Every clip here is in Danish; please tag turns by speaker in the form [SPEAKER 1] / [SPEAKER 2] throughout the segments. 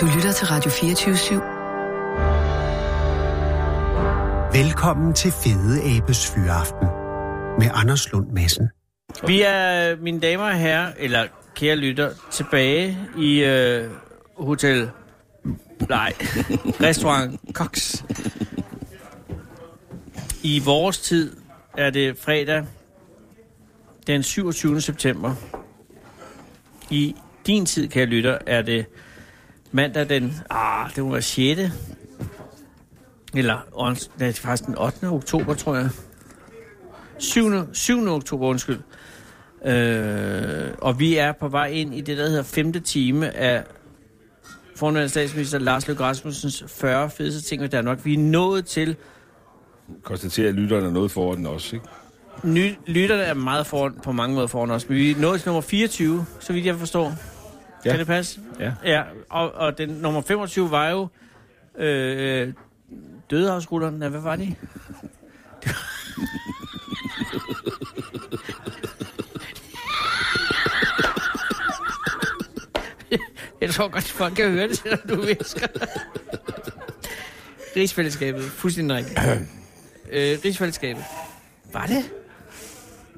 [SPEAKER 1] Du lytter til Radio 24-7.
[SPEAKER 2] Velkommen til Fede Abes Fyraften med Anders Lund Madsen.
[SPEAKER 3] Vi er, mine damer og herrer, eller kære lytter, tilbage i øh, hotel... Nej, restaurant Cox. I vores tid er det fredag den 27. september. I din tid, kære lytter, er det mandag den... Ah, det må være 6. Eller ons- nej, det er faktisk den 8. oktober, tror jeg. 7. 7. oktober, undskyld. Øh, og vi er på vej ind i det, der hedder femte time af fornøjende statsminister Lars Løkke Rasmussens 40 fedeste ting ved Danmark. Vi er nået til,
[SPEAKER 4] konstatere, at lytterne er noget foran den også, ikke?
[SPEAKER 3] ny, lytterne er meget foran, på mange måder foran os, men vi er nået til nummer 24, så vidt jeg forstår. Ja.
[SPEAKER 4] Ja.
[SPEAKER 3] Kan det passe?
[SPEAKER 4] Ja.
[SPEAKER 3] Ja, og, og den nummer 25 var jo øh, dødehavsrullerne. Nej, Hvad var det? Jeg tror godt, folk kan høre det, selvom du visker. Rigsfællesskabet. Fuldstændig rigtigt. øh, Rigsfællesskabet. Var det?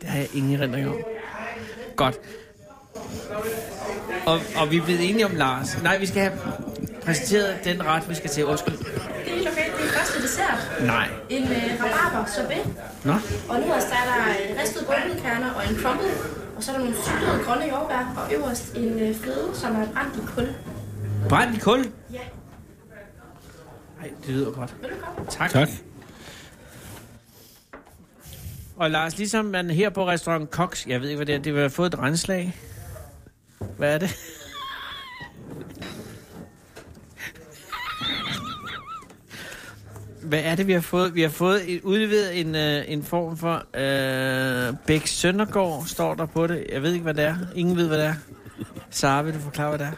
[SPEAKER 3] Det har jeg ingen erindring om. Godt. Og, og vi er blevet enige om Lars. Nej, vi skal have præsenteret den ret, vi skal til. Undskyld.
[SPEAKER 5] Det er lokalt det er første dessert.
[SPEAKER 3] Nej.
[SPEAKER 5] En øh, rabarber sorbet.
[SPEAKER 3] Nå?
[SPEAKER 5] Og nu er der øh, ristede bønnekerner og en crumble. Og så er der nogle syltede grønne jordbær. Og øverst en øh, fløde, som er brændt i kul.
[SPEAKER 3] Brændt i kul?
[SPEAKER 5] Ja,
[SPEAKER 3] Nej, det lyder godt.
[SPEAKER 5] vil du godt?
[SPEAKER 3] Tak.
[SPEAKER 4] Tak.
[SPEAKER 3] Og Lars, ligesom man her på restaurant Cox, jeg ved ikke, hvad det er, det har fået et renslag. Hvad er det? Hvad er det, vi har fået? Vi har fået et, udleveret en, øh, en form for øh, Bæk Søndergaard, står der på det. Jeg ved ikke, hvad det er. Ingen ved, hvad det er. Sara, vil du forklare, hvad det er?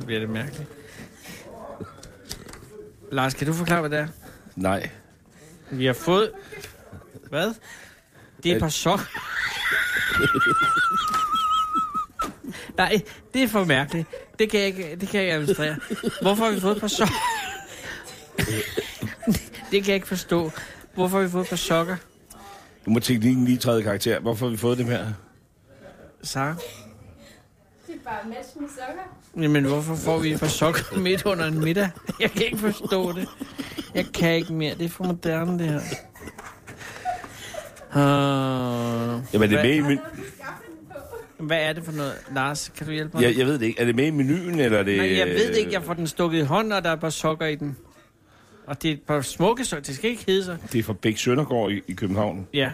[SPEAKER 3] Nu bliver det mærkeligt. Lars, kan du forklare, hvad det er?
[SPEAKER 4] Nej.
[SPEAKER 3] Vi har fået... Hvad? Det er et par sokker. Nej, det er for mærkeligt. Det kan jeg ikke, det kan jeg ikke administrere. Hvorfor har vi fået et par sokker? det kan jeg ikke forstå. Hvorfor har vi fået et par sokker,
[SPEAKER 4] Nu må teknikken lige træde i karakter. Hvorfor har vi fået dem her?
[SPEAKER 3] Sara?
[SPEAKER 5] Det er bare match med sokker.
[SPEAKER 3] Jamen, hvorfor får vi et par sokker midt under en middag? Jeg kan ikke forstå det. Jeg kan ikke mere. Det er for moderne, det her. Uh,
[SPEAKER 4] Jamen, er det
[SPEAKER 3] hvad,
[SPEAKER 4] med i men-
[SPEAKER 3] hvad er det for noget? Lars, kan du hjælpe mig?
[SPEAKER 4] jeg, øh, jeg ved det ikke. Er det med i menuen, eller er det...
[SPEAKER 3] Men jeg ved ikke, jeg får den stukket i hånden, og der er et par sokker i den. Og det er et par smukke sokker, det skal ikke hedde sig.
[SPEAKER 4] øh, Det er fra Bæk Søndergaard i, i København.
[SPEAKER 3] Ja,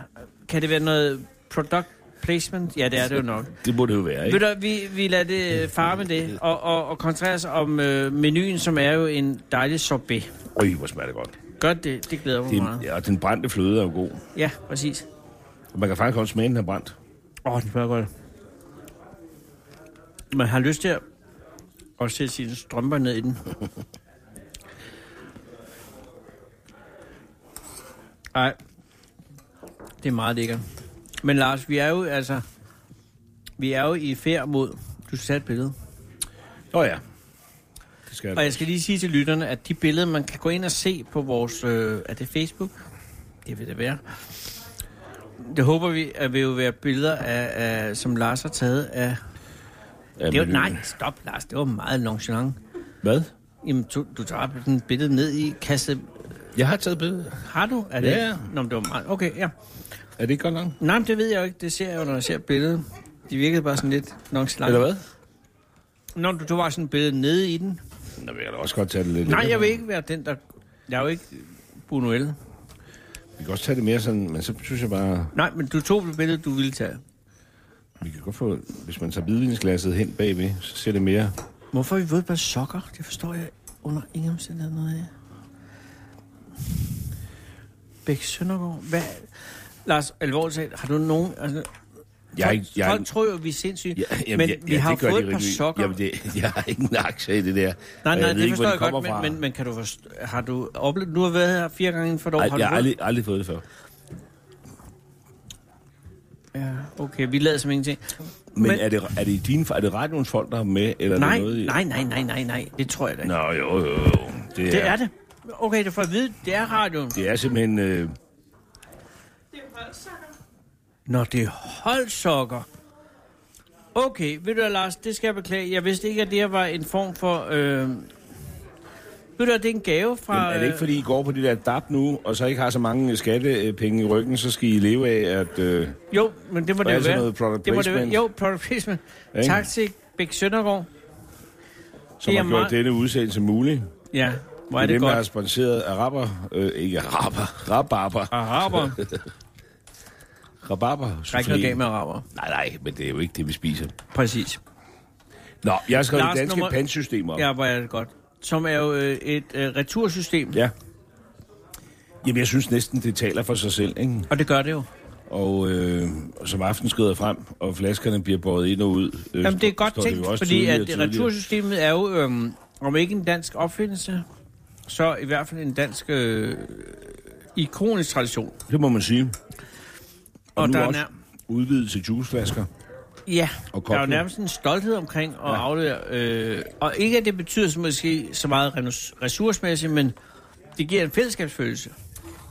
[SPEAKER 3] kan det være noget product placement? Ja, det er det jo nok.
[SPEAKER 4] Det må det jo være,
[SPEAKER 3] Ved
[SPEAKER 4] ikke?
[SPEAKER 3] du, hvad, vi, vi lader det fare med det, og, og, og koncentrere os om øh, menuen, som er jo en dejlig sorbet.
[SPEAKER 4] Øj, hvor smager det godt.
[SPEAKER 3] Gør det, det glæder mig
[SPEAKER 4] Det,
[SPEAKER 3] meget.
[SPEAKER 4] ja, og den brændte fløde er jo god.
[SPEAKER 3] Ja, præcis.
[SPEAKER 4] Og man kan faktisk godt smage, den er brændt.
[SPEAKER 3] Åh, oh, det smager godt. Man har lyst til at, at sætte sine strømper ned i den. Nej, det er meget lækkert. Men Lars, vi er jo altså... Vi er jo i færd mod... Du skal tage et billede.
[SPEAKER 4] Nå ja. Det skal jeg
[SPEAKER 3] Og
[SPEAKER 4] da.
[SPEAKER 3] jeg skal lige sige til lytterne, at de billeder, man kan gå ind og se på vores... Øh, er det Facebook? Det vil det være. Det håber vi, at vil jo være billeder, af, af, som Lars har taget af
[SPEAKER 4] Ja,
[SPEAKER 3] det var,
[SPEAKER 4] menuen.
[SPEAKER 3] nej, stop Lars, det var meget nonchalant.
[SPEAKER 4] Hvad?
[SPEAKER 3] Jamen, du, du tager sådan et billede ned i kasse.
[SPEAKER 4] Jeg har taget billeder.
[SPEAKER 3] Har du? Er det
[SPEAKER 4] Ja.
[SPEAKER 3] ikke? Nå, men det var meget. Okay, ja.
[SPEAKER 4] Er det ikke godt langt?
[SPEAKER 3] Nej, men det ved jeg jo ikke. Det ser jeg jo, når jeg ser billedet. De virkede bare sådan lidt nonchalant.
[SPEAKER 4] Eller hvad?
[SPEAKER 3] Nå, men du tog bare sådan et billede nede i den.
[SPEAKER 4] Nå, vil jeg da også godt tage det lidt
[SPEAKER 3] Nej,
[SPEAKER 4] længere.
[SPEAKER 3] jeg vil ikke være den, der... Jeg er jo ikke Bunuel.
[SPEAKER 4] Vi kan også tage det mere sådan, men så synes jeg bare...
[SPEAKER 3] Nej, men du tog det billede, du ville tage.
[SPEAKER 4] Vi kan godt få... Hvis man tager hvidvinsglasset hen bagved, så ser det mere...
[SPEAKER 3] Hvorfor har vi fået et par sokker? Det forstår jeg under ingen omstændighed noget af. Bæk Søndergaard, hvad... Lars, alvorligt talt, har du nogen... Altså,
[SPEAKER 4] Jeg er
[SPEAKER 3] folk,
[SPEAKER 4] ikke- jeg er
[SPEAKER 3] folk
[SPEAKER 4] ikke-
[SPEAKER 3] tror jo, vi er sindssyge,
[SPEAKER 4] Ja, jamen,
[SPEAKER 3] men
[SPEAKER 4] ja,
[SPEAKER 3] vi
[SPEAKER 4] ja,
[SPEAKER 3] har
[SPEAKER 4] det gør
[SPEAKER 3] fået
[SPEAKER 4] de
[SPEAKER 3] et par
[SPEAKER 4] rigtig-
[SPEAKER 3] sokker.
[SPEAKER 4] Jamen, det, jeg har ikke en aktie i det der.
[SPEAKER 3] nej,
[SPEAKER 4] og
[SPEAKER 3] nej,
[SPEAKER 4] ved
[SPEAKER 3] det
[SPEAKER 4] ikke, hvor
[SPEAKER 3] forstår jeg
[SPEAKER 4] kommer
[SPEAKER 3] godt, men,
[SPEAKER 4] fra.
[SPEAKER 3] men, men, kan du forstå, har du oplevet... Nu har vi været her fire gange inden for et år.
[SPEAKER 4] Ej,
[SPEAKER 3] har du
[SPEAKER 4] jeg har
[SPEAKER 3] fået-
[SPEAKER 4] aldrig, aldrig fået det før.
[SPEAKER 3] Ja, okay, vi lader som ingenting.
[SPEAKER 4] Men,
[SPEAKER 3] Men-
[SPEAKER 4] men er, det, er, det i dine, er det radioens folk, der er med? Eller er
[SPEAKER 3] Nej,
[SPEAKER 4] det noget, i-
[SPEAKER 3] nej, nej, nej, nej, nej, det tror jeg da ikke.
[SPEAKER 4] Nå, jo, jo, jo. Det er
[SPEAKER 3] Det er det. Okay, du får at vide, det er radioen.
[SPEAKER 4] Det er simpelthen... Øh,
[SPEAKER 3] Nå, det er holdsokker. Okay, ved du hvad, Lars, det skal jeg beklage. Jeg vidste ikke, at det her var en form for... Øh... Ved du hvad, det er en gave
[SPEAKER 4] men
[SPEAKER 3] fra...
[SPEAKER 4] er det ikke, fordi I går på det der DAP nu, og så ikke har så mange øh, skattepenge i ryggen, så skal I leve af, at... Øh,
[SPEAKER 3] øh, Jo, men det må
[SPEAKER 4] Der er
[SPEAKER 3] det jo
[SPEAKER 4] altid
[SPEAKER 3] være.
[SPEAKER 4] noget product
[SPEAKER 3] det må det være.
[SPEAKER 4] placement.
[SPEAKER 3] Jo, product placement.
[SPEAKER 4] Ikke?
[SPEAKER 3] Tak til Bæk Søndergaard.
[SPEAKER 4] som
[SPEAKER 3] Det er
[SPEAKER 4] har gjort
[SPEAKER 3] meget-
[SPEAKER 4] denne udsendelse mulig.
[SPEAKER 3] Ja, hvor er
[SPEAKER 4] det
[SPEAKER 3] det
[SPEAKER 4] dem, der har
[SPEAKER 3] godt.
[SPEAKER 4] sponsoreret araber... Øh, ikke araber. Rabarber.
[SPEAKER 3] Araber.
[SPEAKER 4] Rabarber.
[SPEAKER 3] Der er ikke noget galt med araber.
[SPEAKER 4] Nej, nej, men det er jo ikke det, vi spiser.
[SPEAKER 3] Præcis.
[SPEAKER 4] Nå, jeg har skrevet
[SPEAKER 3] Lars,
[SPEAKER 4] det danske
[SPEAKER 3] nummer-
[SPEAKER 4] nummer... pantsystem op.
[SPEAKER 3] Ja, hvor er det godt. Som er jo øh, et øh, retursystem.
[SPEAKER 4] ja. Jamen, jeg synes næsten, det taler for sig selv, ikke?
[SPEAKER 3] Og det gør det jo.
[SPEAKER 4] Og øh, og som aften skrider frem, og flaskerne bliver båret ind og ud. Øh,
[SPEAKER 3] Jamen, det er
[SPEAKER 4] st-
[SPEAKER 3] godt
[SPEAKER 4] står det jo
[SPEAKER 3] tænkt,
[SPEAKER 4] også
[SPEAKER 3] fordi
[SPEAKER 4] tydeligere
[SPEAKER 3] at
[SPEAKER 4] og tydeligere.
[SPEAKER 3] retursystemet er jo, øhm, om ikke en dansk opfindelse, så i hvert fald en dansk øh, ikonisk tradition.
[SPEAKER 4] Det må man sige.
[SPEAKER 3] Og, og
[SPEAKER 4] nu
[SPEAKER 3] der er
[SPEAKER 4] også
[SPEAKER 3] nær,
[SPEAKER 4] udvidet til juiceflasker.
[SPEAKER 3] ja,
[SPEAKER 4] og
[SPEAKER 3] der er jo
[SPEAKER 4] kobling.
[SPEAKER 3] nærmest en stolthed omkring at ja. aflevere. Øh, og ikke, at det betyder så måske så meget renus- ressourcemæssigt, men det giver en fællesskabsfølelse.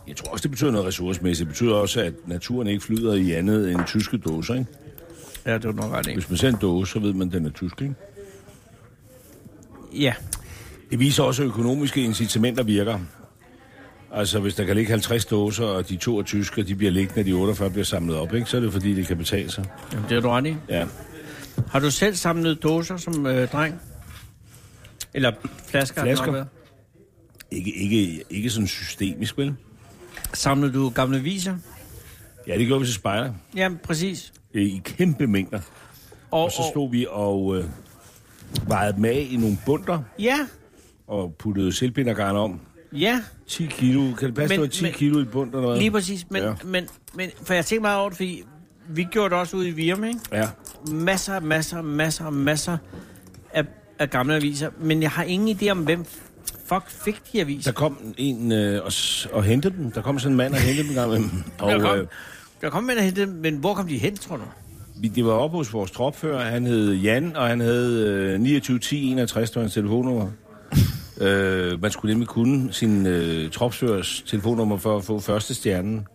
[SPEAKER 4] Jeg tror også, det betyder noget ressourcemæssigt. Det betyder også, at naturen ikke flyder i andet end tyske dåser, ikke?
[SPEAKER 3] Ja, det er nok ret i.
[SPEAKER 4] Hvis man ser en dåse, så ved man, at den er tysk, ikke?
[SPEAKER 3] Ja,
[SPEAKER 4] Det viser også, at økonomiske incitamenter virker. Altså, hvis der kan ligge 50 dåser, og de to er tyske, og de bliver liggende, og de 48 bliver samlet op, ikke? Så er det fordi, det kan betale sig.
[SPEAKER 3] Jamen, det er du ret i.
[SPEAKER 4] Ja.
[SPEAKER 3] Har du selv samlet dåser som øh, dreng? Eller flasker? har det nok
[SPEAKER 4] Flasker.
[SPEAKER 3] været.
[SPEAKER 4] Ikke, ikke, ikke sådan systemisk, vel?
[SPEAKER 3] Samlede du gamle viser?
[SPEAKER 4] Ja, det gjorde vi til spejder.
[SPEAKER 3] Jamen, præcis.
[SPEAKER 4] øh, i kæmpe mængder. Og så stod vi og øh, vejede dem af i nogle bunter
[SPEAKER 3] Ja,
[SPEAKER 4] og puttede selvbindergarn om.
[SPEAKER 3] ja,
[SPEAKER 4] 10 kilo. Kan det passe,
[SPEAKER 3] Men-
[SPEAKER 4] det var 10
[SPEAKER 3] men-
[SPEAKER 4] kilo i bunter eller hvad?
[SPEAKER 3] lige præcis. Men, ja.
[SPEAKER 4] Ja.
[SPEAKER 3] men, men, for jeg tænkte meget over det, fordi vi gjorde det også ude i Virum, ikke?
[SPEAKER 4] Ja.
[SPEAKER 3] Masser, masser, masser, masser af, af gamle aviser. Men jeg har ingen idé om, hvem fuck fik de
[SPEAKER 4] Der
[SPEAKER 3] aviser.
[SPEAKER 4] kom en øh, og, s- og hentede dem. Der kom sådan en mand og hentede dem. gang imellem.
[SPEAKER 3] Der
[SPEAKER 4] Og øh,
[SPEAKER 3] kom, der kom en og hentede dem, men hvor kom de hen, tror du?
[SPEAKER 4] vi- det var oppe hos vores tropfører. Han hed Jan, og han havde øh, 29 10 61, det var hans telefonnummer. øh, man skulle nemlig kunne sin øh, tropførers telefonnummer for at få første stjernen.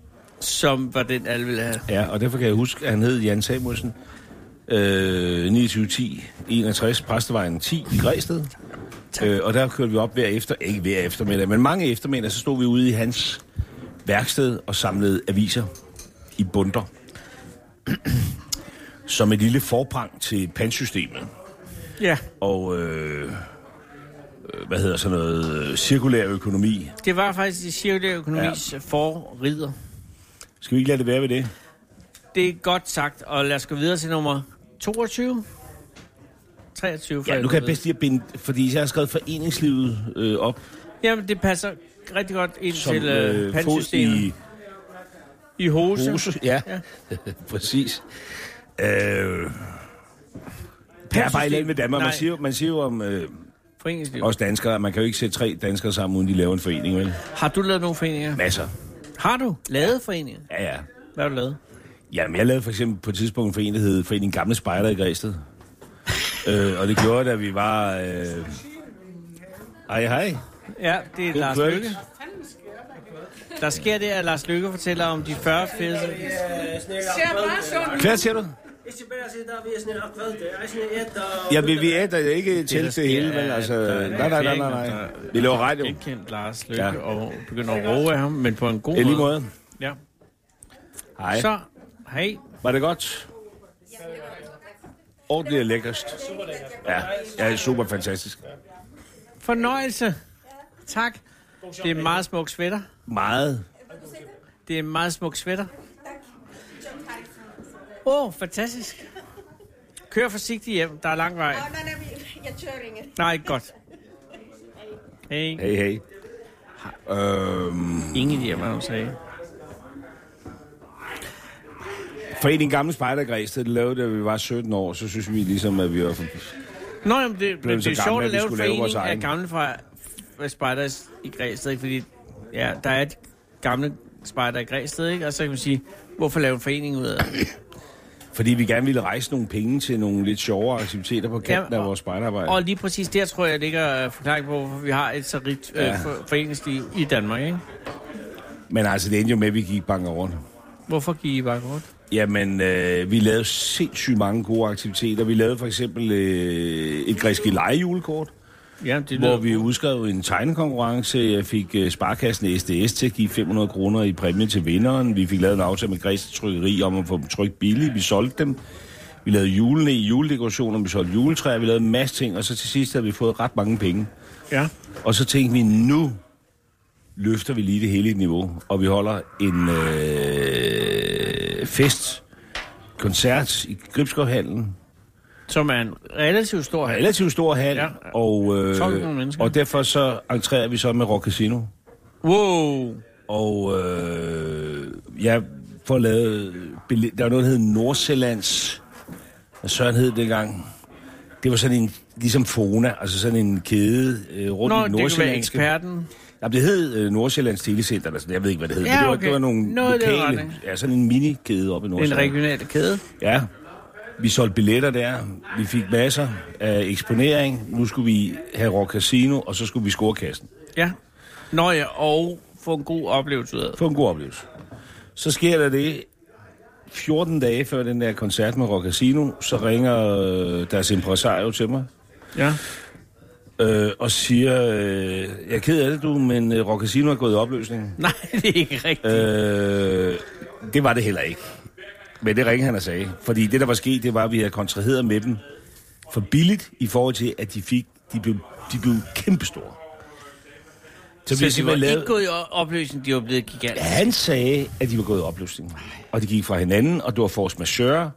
[SPEAKER 3] Som var den, alle ville have.
[SPEAKER 4] Ja, og derfor kan jeg huske, at han hed Jan Samuelsen. Øh, 2910 61 Præstevejen 10 i Græsted. Øh, og der kørte vi op hver efter, ikke hver eftermiddag, men mange eftermiddag, så stod vi ude i hans værksted og samlede aviser i bunter. Som et lille forprang til pansystemet.
[SPEAKER 3] Ja,
[SPEAKER 4] Og øh, øh, hvad hedder sådan noget, øh, cirkulær økonomi.
[SPEAKER 3] det var faktisk i cirkulær økonomis ja. forrider.
[SPEAKER 4] Skal vi ikke lade det være ved det?
[SPEAKER 3] Det er godt sagt, og lad os gå videre til nummer 22. 23. for
[SPEAKER 4] Ja, nu kan jeg
[SPEAKER 3] ved.
[SPEAKER 4] bedst lige at binde, fordi jeg har skrevet foreningslivet øh, op
[SPEAKER 3] Jamen, det passer rigtig godt ind
[SPEAKER 4] som
[SPEAKER 3] til øh,
[SPEAKER 4] øh, fod
[SPEAKER 3] pandsystemet.
[SPEAKER 4] i
[SPEAKER 3] I hose.
[SPEAKER 4] pose. Ja, ja. præcis. Øh, der er bare et land med Danmark. Man
[SPEAKER 3] Nej.
[SPEAKER 4] siger, jo- man siger jo om øh,
[SPEAKER 3] Foreningsliv.
[SPEAKER 4] os danskere, at man kan jo ikke sætte tre danskere sammen, uden de laver en forening, vel?
[SPEAKER 3] Har du lavet nogle foreninger?
[SPEAKER 4] Masser.
[SPEAKER 3] Har du lavet foreninger?
[SPEAKER 4] Ja, ja.
[SPEAKER 3] Hvad har du lavet?
[SPEAKER 4] Jamen, jeg lavede for eksempel på et tidspunkt en forening, der hed Foreningen Gamle Spejder i Græsted. øh, og det gjorde, at vi var... Øh... Hej, hej.
[SPEAKER 3] Ja, det er Lars
[SPEAKER 4] kveld.
[SPEAKER 3] Lykke. Der sker det, at Lars Lykke fortæller om de 40 fedeste...
[SPEAKER 4] Hvad siger du? Ja, vi, vi er der ikke til det hele, men altså... Nej, nej, nej, nej, nej. Vi laver radio.
[SPEAKER 3] Jeg kendte Lars Lykke ja.
[SPEAKER 4] Ja.
[SPEAKER 3] og begynder at roe af ham, men på en god
[SPEAKER 4] I lige
[SPEAKER 3] måde.
[SPEAKER 4] måde.
[SPEAKER 3] Ja.
[SPEAKER 4] Hej.
[SPEAKER 3] Så, hej.
[SPEAKER 4] Var det godt? Ordentligt og lækkerst. Ja, ja super fantastisk.
[SPEAKER 3] Fornøjelse. Tak. Det er en meget smuk sweater.
[SPEAKER 4] Meget.
[SPEAKER 3] Det er en meget smuk sweater. Åh, oh, fantastisk. Kør forsigtigt hjem, der er lang vej.
[SPEAKER 6] Nej, nej, vi- jeg tør ikke.
[SPEAKER 3] Nej, godt. Hey.
[SPEAKER 4] Hey, hey. Øhm,
[SPEAKER 3] Ingen idé, om, hvad hun sagde.
[SPEAKER 4] Foreningen Gamle Spejder i Græsted, det lavede, da vi var 17 år, så synes vi ligesom, at vi var... For...
[SPEAKER 3] Nå, jamen, det, men
[SPEAKER 4] så
[SPEAKER 3] det er sjovt
[SPEAKER 4] gamle,
[SPEAKER 3] at
[SPEAKER 4] at
[SPEAKER 3] lave en
[SPEAKER 4] vi skulle lave vores
[SPEAKER 3] forening af
[SPEAKER 4] egen.
[SPEAKER 3] gamle fra, fra spejdere i Græsted, ikke? fordi ja, der er et gamle spejder i Græsted, ikke? og så kan man sige, hvorfor lave en forening ud af det?
[SPEAKER 4] Fordi vi gerne ville rejse nogle penge til nogle lidt sjovere aktiviteter på kanten
[SPEAKER 3] Ja, og-
[SPEAKER 4] af vores spejderarbejde.
[SPEAKER 3] Og lige præcis der tror jeg ligger øh, forklaringen på, hvorfor vi har et så rigt øh,
[SPEAKER 4] Ja.
[SPEAKER 3] for, foreningsliv i Danmark. Ikke?
[SPEAKER 4] Men altså, det endte jo med, at vi gik banker rundt.
[SPEAKER 3] Hvorfor gik I bare rundt?
[SPEAKER 4] Jamen, øh, vi lavede sindssygt mange gode aktiviteter. Vi lavede for eksempel øh, et græske lejejulekort,
[SPEAKER 3] Ja, det
[SPEAKER 4] hvor
[SPEAKER 3] lyder
[SPEAKER 4] vi udskrev en tegnekonkurrence. Jeg fik øh, sparkassen SDS til at give 500 kroner i præmie til vinderen. Vi fik lavet en aftale med Græs Trykkeri om at få dem trykt billigt. Vi solgte dem. Vi lavede julene i juledekorationer, vi solgte juletræer, vi lavede en masse ting, og så til sidst havde vi fået ret mange penge.
[SPEAKER 3] Ja.
[SPEAKER 4] Og så tænkte vi, nu løfter vi lige det hele i et niveau, og vi holder en øh, fest, koncert i Gribskovhallen.
[SPEAKER 3] Som er en relativt stor hal.
[SPEAKER 4] Relativt stor hal,
[SPEAKER 3] Ja.
[SPEAKER 4] og, øh,
[SPEAKER 3] 1200 mennesker.
[SPEAKER 4] og derfor så entrerer vi så med Rock Casino.
[SPEAKER 3] Wow!
[SPEAKER 4] Og øh, jeg får lavet... billet- Der var noget, der hed Nordsjællands... Hvad Søren hed det dengang? Det var sådan en, ligesom Fona, altså sådan en kæde øh, rundt
[SPEAKER 3] Nå,
[SPEAKER 4] i
[SPEAKER 3] det kan være
[SPEAKER 4] Nordsjællandske.
[SPEAKER 3] eksperten.
[SPEAKER 4] Jamen, det hed øh, Nordsjællands Telecenter, eller sådan, jeg ved ikke, hvad det hed.
[SPEAKER 3] Ja,
[SPEAKER 4] men det, var,
[SPEAKER 3] okay.
[SPEAKER 4] det var nogle
[SPEAKER 3] Noget i den
[SPEAKER 4] lokale,
[SPEAKER 3] retning.
[SPEAKER 4] ja, sådan en minikæde oppe i
[SPEAKER 3] Den
[SPEAKER 4] Nordsjælland.
[SPEAKER 3] regionale kæde.
[SPEAKER 4] Ja, vi solgte billetter der, vi fik masser af eksponering, nu skulle vi have Rock Casino, og så skulle vi score kassen.
[SPEAKER 3] Ja. Nå ja, og få en god oplevelse ud af. det.
[SPEAKER 4] Få en god oplevelse. Så sker der det, 14 dage før den der koncert med Rock Casino, så ringer øh, deres impresario til mig,
[SPEAKER 3] Ja.
[SPEAKER 4] øh, og siger, øh, jeg er ked af det du, men øh, Rock Casino er gået i opløsning.
[SPEAKER 3] Nej, det er ikke rigtigt. Øh.
[SPEAKER 4] Øh, det var det heller ikke. Men det ringede han og sagde. Fordi det, der var sket, det var, at vi havde kontraheret med dem for billigt i forhold til, at de fik, de blev, de blev kæmpestore.
[SPEAKER 3] Så
[SPEAKER 4] Så, vi
[SPEAKER 3] de var
[SPEAKER 4] simpelthen
[SPEAKER 3] ikke
[SPEAKER 4] lavede...
[SPEAKER 3] gået i o- opløsning, de var blevet gigantiske.
[SPEAKER 4] Han sagde, at de var gået i opløsning. Og de gik fra hinanden, og det var force majeure.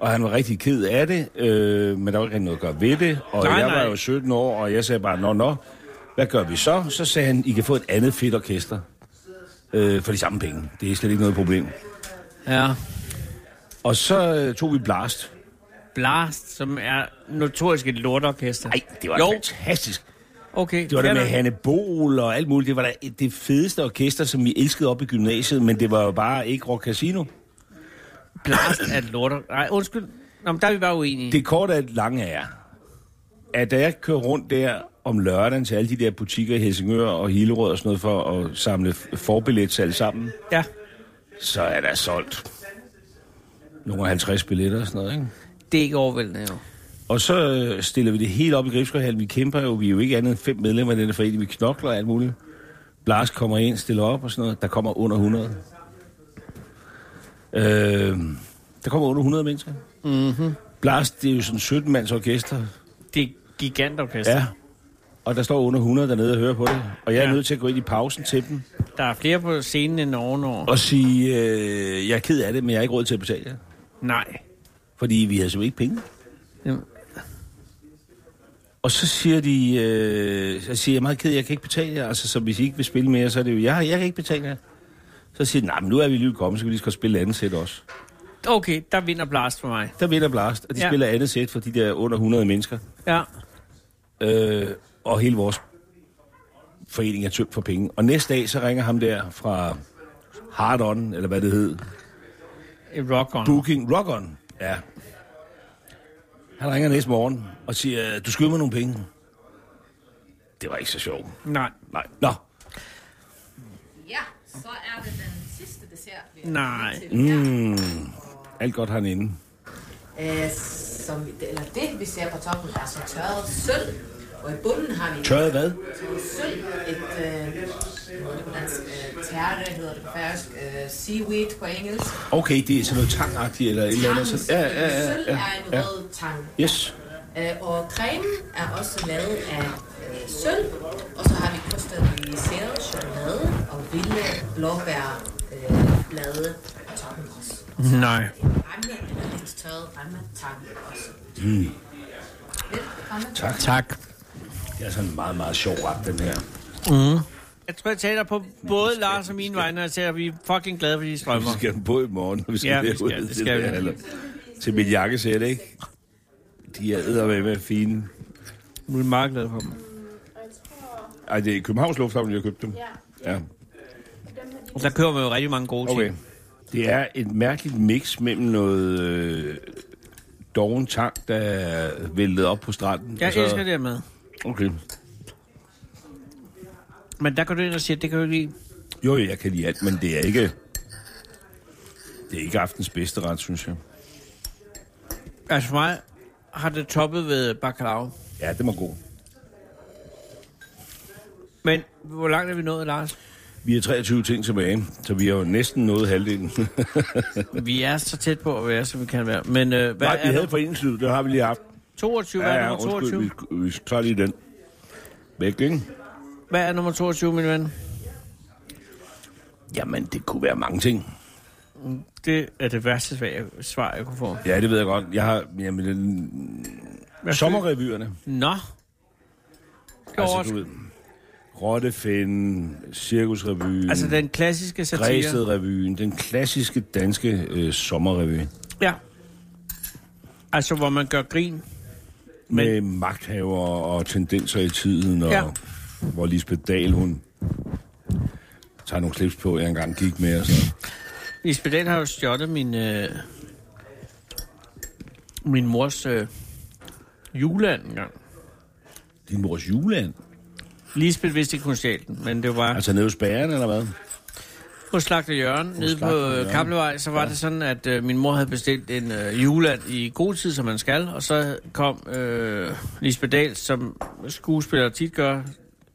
[SPEAKER 4] Og han var rigtig ked af det, øh, men der var ikke rigtig noget at gøre ved det. Og
[SPEAKER 3] Nej,
[SPEAKER 4] jeg
[SPEAKER 3] nej.
[SPEAKER 4] var jo 17 år, og jeg sagde bare, nå, nå, hvad gør vi så? Så sagde han, I kan få et andet fedt orkester øh, for de samme penge. Det er slet ikke noget problem.
[SPEAKER 3] Ja.
[SPEAKER 4] Og så øh, tog vi Blast.
[SPEAKER 3] Blast, som er notorisk et lortorkester.
[SPEAKER 4] Nej, det var
[SPEAKER 3] jo,
[SPEAKER 4] jo. fantastisk.
[SPEAKER 3] okay.
[SPEAKER 4] Det var der
[SPEAKER 3] fair
[SPEAKER 4] med
[SPEAKER 3] nok.
[SPEAKER 4] Hanne Bol og alt muligt. Det var da et- det fedeste orkester, som vi elskede op i gymnasiet, men det var jo bare ikke Rock Casino.
[SPEAKER 3] Blast er et lorter... Nej, undskyld. Nå, men der er vi bare uenige. Det...
[SPEAKER 4] Det korte af det lange er, at da jeg kører rundt der om lørdagen til alle de der butikker i Helsingør og Hillerød og sådan noget for at samle f- forbilletsalg sammen,
[SPEAKER 3] Ja.
[SPEAKER 4] så er der solgt nogle 50 billetter og sådan noget, ikke?
[SPEAKER 3] Det er ikke overvældende, jo.
[SPEAKER 4] Og så øh, stiller vi det helt op i Gribskovhallen. Vi kæmper jo, vi er jo ikke andet end fem medlemmer af denne forening. Vi knokler og alt muligt. Blast kommer ind, stiller op og sådan noget. Der kommer under 100. Øh, der kommer under 100 mennesker. Mm-hmm. Blast, det er jo sådan 17 mands orkester.
[SPEAKER 3] Det er et gigantorkester.
[SPEAKER 4] Ja. Og der står under 100 dernede og hører på det. Og jeg er
[SPEAKER 3] Ja.
[SPEAKER 4] ja. nødt til at gå ind i pausen til dem
[SPEAKER 3] Der er flere på scenen end ovenover.
[SPEAKER 4] og sige, øh, jeg er ked af det, men jeg har ikke råd til at betale jer.
[SPEAKER 3] Nej.
[SPEAKER 4] Fordi vi havde simpelthen ikke penge.
[SPEAKER 3] Jamen,
[SPEAKER 4] Og så siger de, øh, så siger jeg, jeg er meget ked, af, jeg kan ikke betale jer. Altså, så hvis I ikke vil spille mere, så er det jo, jeg, jeg kan ikke betale jer. Så siger de, nej, men nu er vi lige kommet, så kan vi lige så godt spille andet sæt også.
[SPEAKER 3] Okay, der vinder Blast for mig.
[SPEAKER 4] Der vinder Blast, og de
[SPEAKER 3] Ja.
[SPEAKER 4] ja. spiller andet sæt for de der under 100 mennesker.
[SPEAKER 3] Ja.
[SPEAKER 4] Øh, og hele vores forening er tømt for penge. Og næste dag, så ringer ham der fra Hard On, eller hvad det hed.
[SPEAKER 3] Et rock on.
[SPEAKER 4] Booking Rock On. Ja. Han ringer næste morgen og siger, du skylder mig nogle penge. Det var ikke så sjovt.
[SPEAKER 3] Nej.
[SPEAKER 4] Nej. Nå,
[SPEAKER 7] Ja, så er det den sidste dessert, vi har
[SPEAKER 3] Nej.
[SPEAKER 7] tid til.
[SPEAKER 4] Mm.
[SPEAKER 7] Ja.
[SPEAKER 4] alt godt han inde.
[SPEAKER 7] Øh, som, eller det, vi ser på toppen, er så tørret sølv. Og i bunden har vi
[SPEAKER 4] Tørret hvad?
[SPEAKER 7] sølv, et, øh, hvad er det på dansk, øh, terre hedder det på færøsk, øh, seaweed på engelsk.
[SPEAKER 4] Okay, det er sådan noget tangagtigt eller et eller andet.
[SPEAKER 7] Tangens-
[SPEAKER 4] sådan- Ja, ja, ja.
[SPEAKER 7] Sølv
[SPEAKER 4] ja,
[SPEAKER 7] er en
[SPEAKER 4] ja.
[SPEAKER 7] rød tang.
[SPEAKER 4] Yes.
[SPEAKER 7] Øh, og cremen er også lavet af øh, sølv, og så har vi krystalliseret chokolade og vilde blåbær, øh, blade på toppen også.
[SPEAKER 3] Nej.
[SPEAKER 7] Ramme eller lidt tørret ramme tang også. Mm. Lidt ramme.
[SPEAKER 4] Tak.
[SPEAKER 3] Tak.
[SPEAKER 4] Det er sådan en meget, meget sjov ret, den her.
[SPEAKER 3] Jeg tror, jeg taler på både Lars og mine vegne, og siger, at vi er fucking glade for de
[SPEAKER 4] Vi
[SPEAKER 3] strømmer.
[SPEAKER 4] skal på i morgen, og vi skal
[SPEAKER 3] Ja, vi
[SPEAKER 4] derud
[SPEAKER 3] skal, det
[SPEAKER 4] til
[SPEAKER 3] skal
[SPEAKER 4] der,
[SPEAKER 3] vi.
[SPEAKER 4] eller- Til mit jakkesæt, ikke? De er eddermame med fine.
[SPEAKER 3] Vi er meget glade for dem.
[SPEAKER 4] Ej, det er i Københavns Lufthavn, jeg købte dem. Ja.
[SPEAKER 3] Og der kører vi jo rigtig mange gode ting.
[SPEAKER 4] Okay. Det er et mærkeligt mix mellem noget øh, doven tang, der er væltet op på stranden.
[SPEAKER 3] Jeg
[SPEAKER 4] og
[SPEAKER 3] så... elsker det her mad.
[SPEAKER 4] Okay.
[SPEAKER 3] Men der går du ind og siger, at det kan du ikke lide.
[SPEAKER 4] Jo, jo, jeg kan lide alt, men det er ikke... Det er ikke aftens bedste ret, synes jeg.
[SPEAKER 3] Altså for mig har det toppet ved bacalao.
[SPEAKER 4] Ja, det må gå.
[SPEAKER 3] Men hvor langt er vi nået, Lars?
[SPEAKER 4] Vi har 23 ting tilbage, så vi har jo næsten nået halvdelen.
[SPEAKER 3] Vi er så tæt på at være, som vi kan være. Men øh, hvad
[SPEAKER 4] Nej,
[SPEAKER 3] er
[SPEAKER 4] vi
[SPEAKER 3] nu-
[SPEAKER 4] havde foreningslivet, det har vi lige haft.
[SPEAKER 3] 22, hvad er nummer
[SPEAKER 4] undskyld,
[SPEAKER 3] 22?
[SPEAKER 4] vi, vi tager lige den. Væk, ikke?
[SPEAKER 3] Hvad er nummer 22, min ven?
[SPEAKER 4] Jamen, det kunne være mange ting.
[SPEAKER 3] Det er det værste svar, jeg- svar, jeg kunne få.
[SPEAKER 4] Ja, det ved jeg godt. Jeg har jamen, den-
[SPEAKER 3] Hvad
[SPEAKER 4] sommerrevyerne.
[SPEAKER 3] Nå. Det
[SPEAKER 4] Altså, du
[SPEAKER 3] altså,
[SPEAKER 4] ved, Rottefænden, Cirkusrevyen,
[SPEAKER 3] altså den klassiske satire.
[SPEAKER 4] Græsted-revyen, den klassiske danske øh, sommerrevy.
[SPEAKER 3] Ja. Altså, hvor man gør grin. Men-
[SPEAKER 4] Men... Med magthaver og tendenser i tiden, og
[SPEAKER 3] Ja.
[SPEAKER 4] ja. hvor Lisbeth Dahl, hun tager nogle slips på, jeg engang gik med. Og sådan.
[SPEAKER 3] Lisbeth Dahl har jo stjålet min, øh, min mors øh, juleand engang.
[SPEAKER 4] Din mors juleand.
[SPEAKER 3] Lisbeth vidste ikke, hun stjal den, men det var
[SPEAKER 4] Altså nede hos bæren, eller hvad?
[SPEAKER 3] hos Slagter Jørgen nede på
[SPEAKER 4] Slagter
[SPEAKER 3] øh,
[SPEAKER 4] Jørgen.
[SPEAKER 3] Kablevej. Så var ja. det sådan, at øh, min mor havde bestilt en øh, juleand i god tid, som man skal. Og så kom øh, Lisbeth Dahl, som skuespiller tit gør,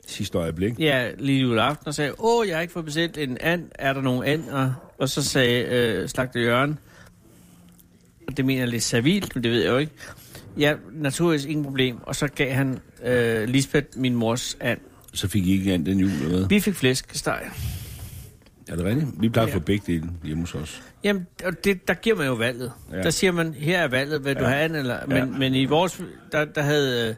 [SPEAKER 4] Sidste øjeblik.
[SPEAKER 3] Ja, lige juleaften og sagde, åh, jeg har ikke fået bestilt en and, er der nogen and? Og, og så sagde øh, slagter Jørgen, og det mener jeg lidt servilt, men det ved jeg jo ikke, ja, naturligvis ingen problem. Og så gav han øh, Lisbeth, min mors and.
[SPEAKER 4] Så fik I ikke andet den jul, eller hvad?
[SPEAKER 3] Vi fik flæskesteg.
[SPEAKER 4] Er det rigtigt? Vi plejer at få
[SPEAKER 3] Ja.
[SPEAKER 4] begge dele hjemme hos os.
[SPEAKER 3] Jamen, og det, der giver man jo valget. Ja.
[SPEAKER 4] Ja.
[SPEAKER 3] Der siger man, her er valget, vil ja. du have and? Eller, men, ja.
[SPEAKER 4] Ja.
[SPEAKER 3] men i vores, der, der havde øh,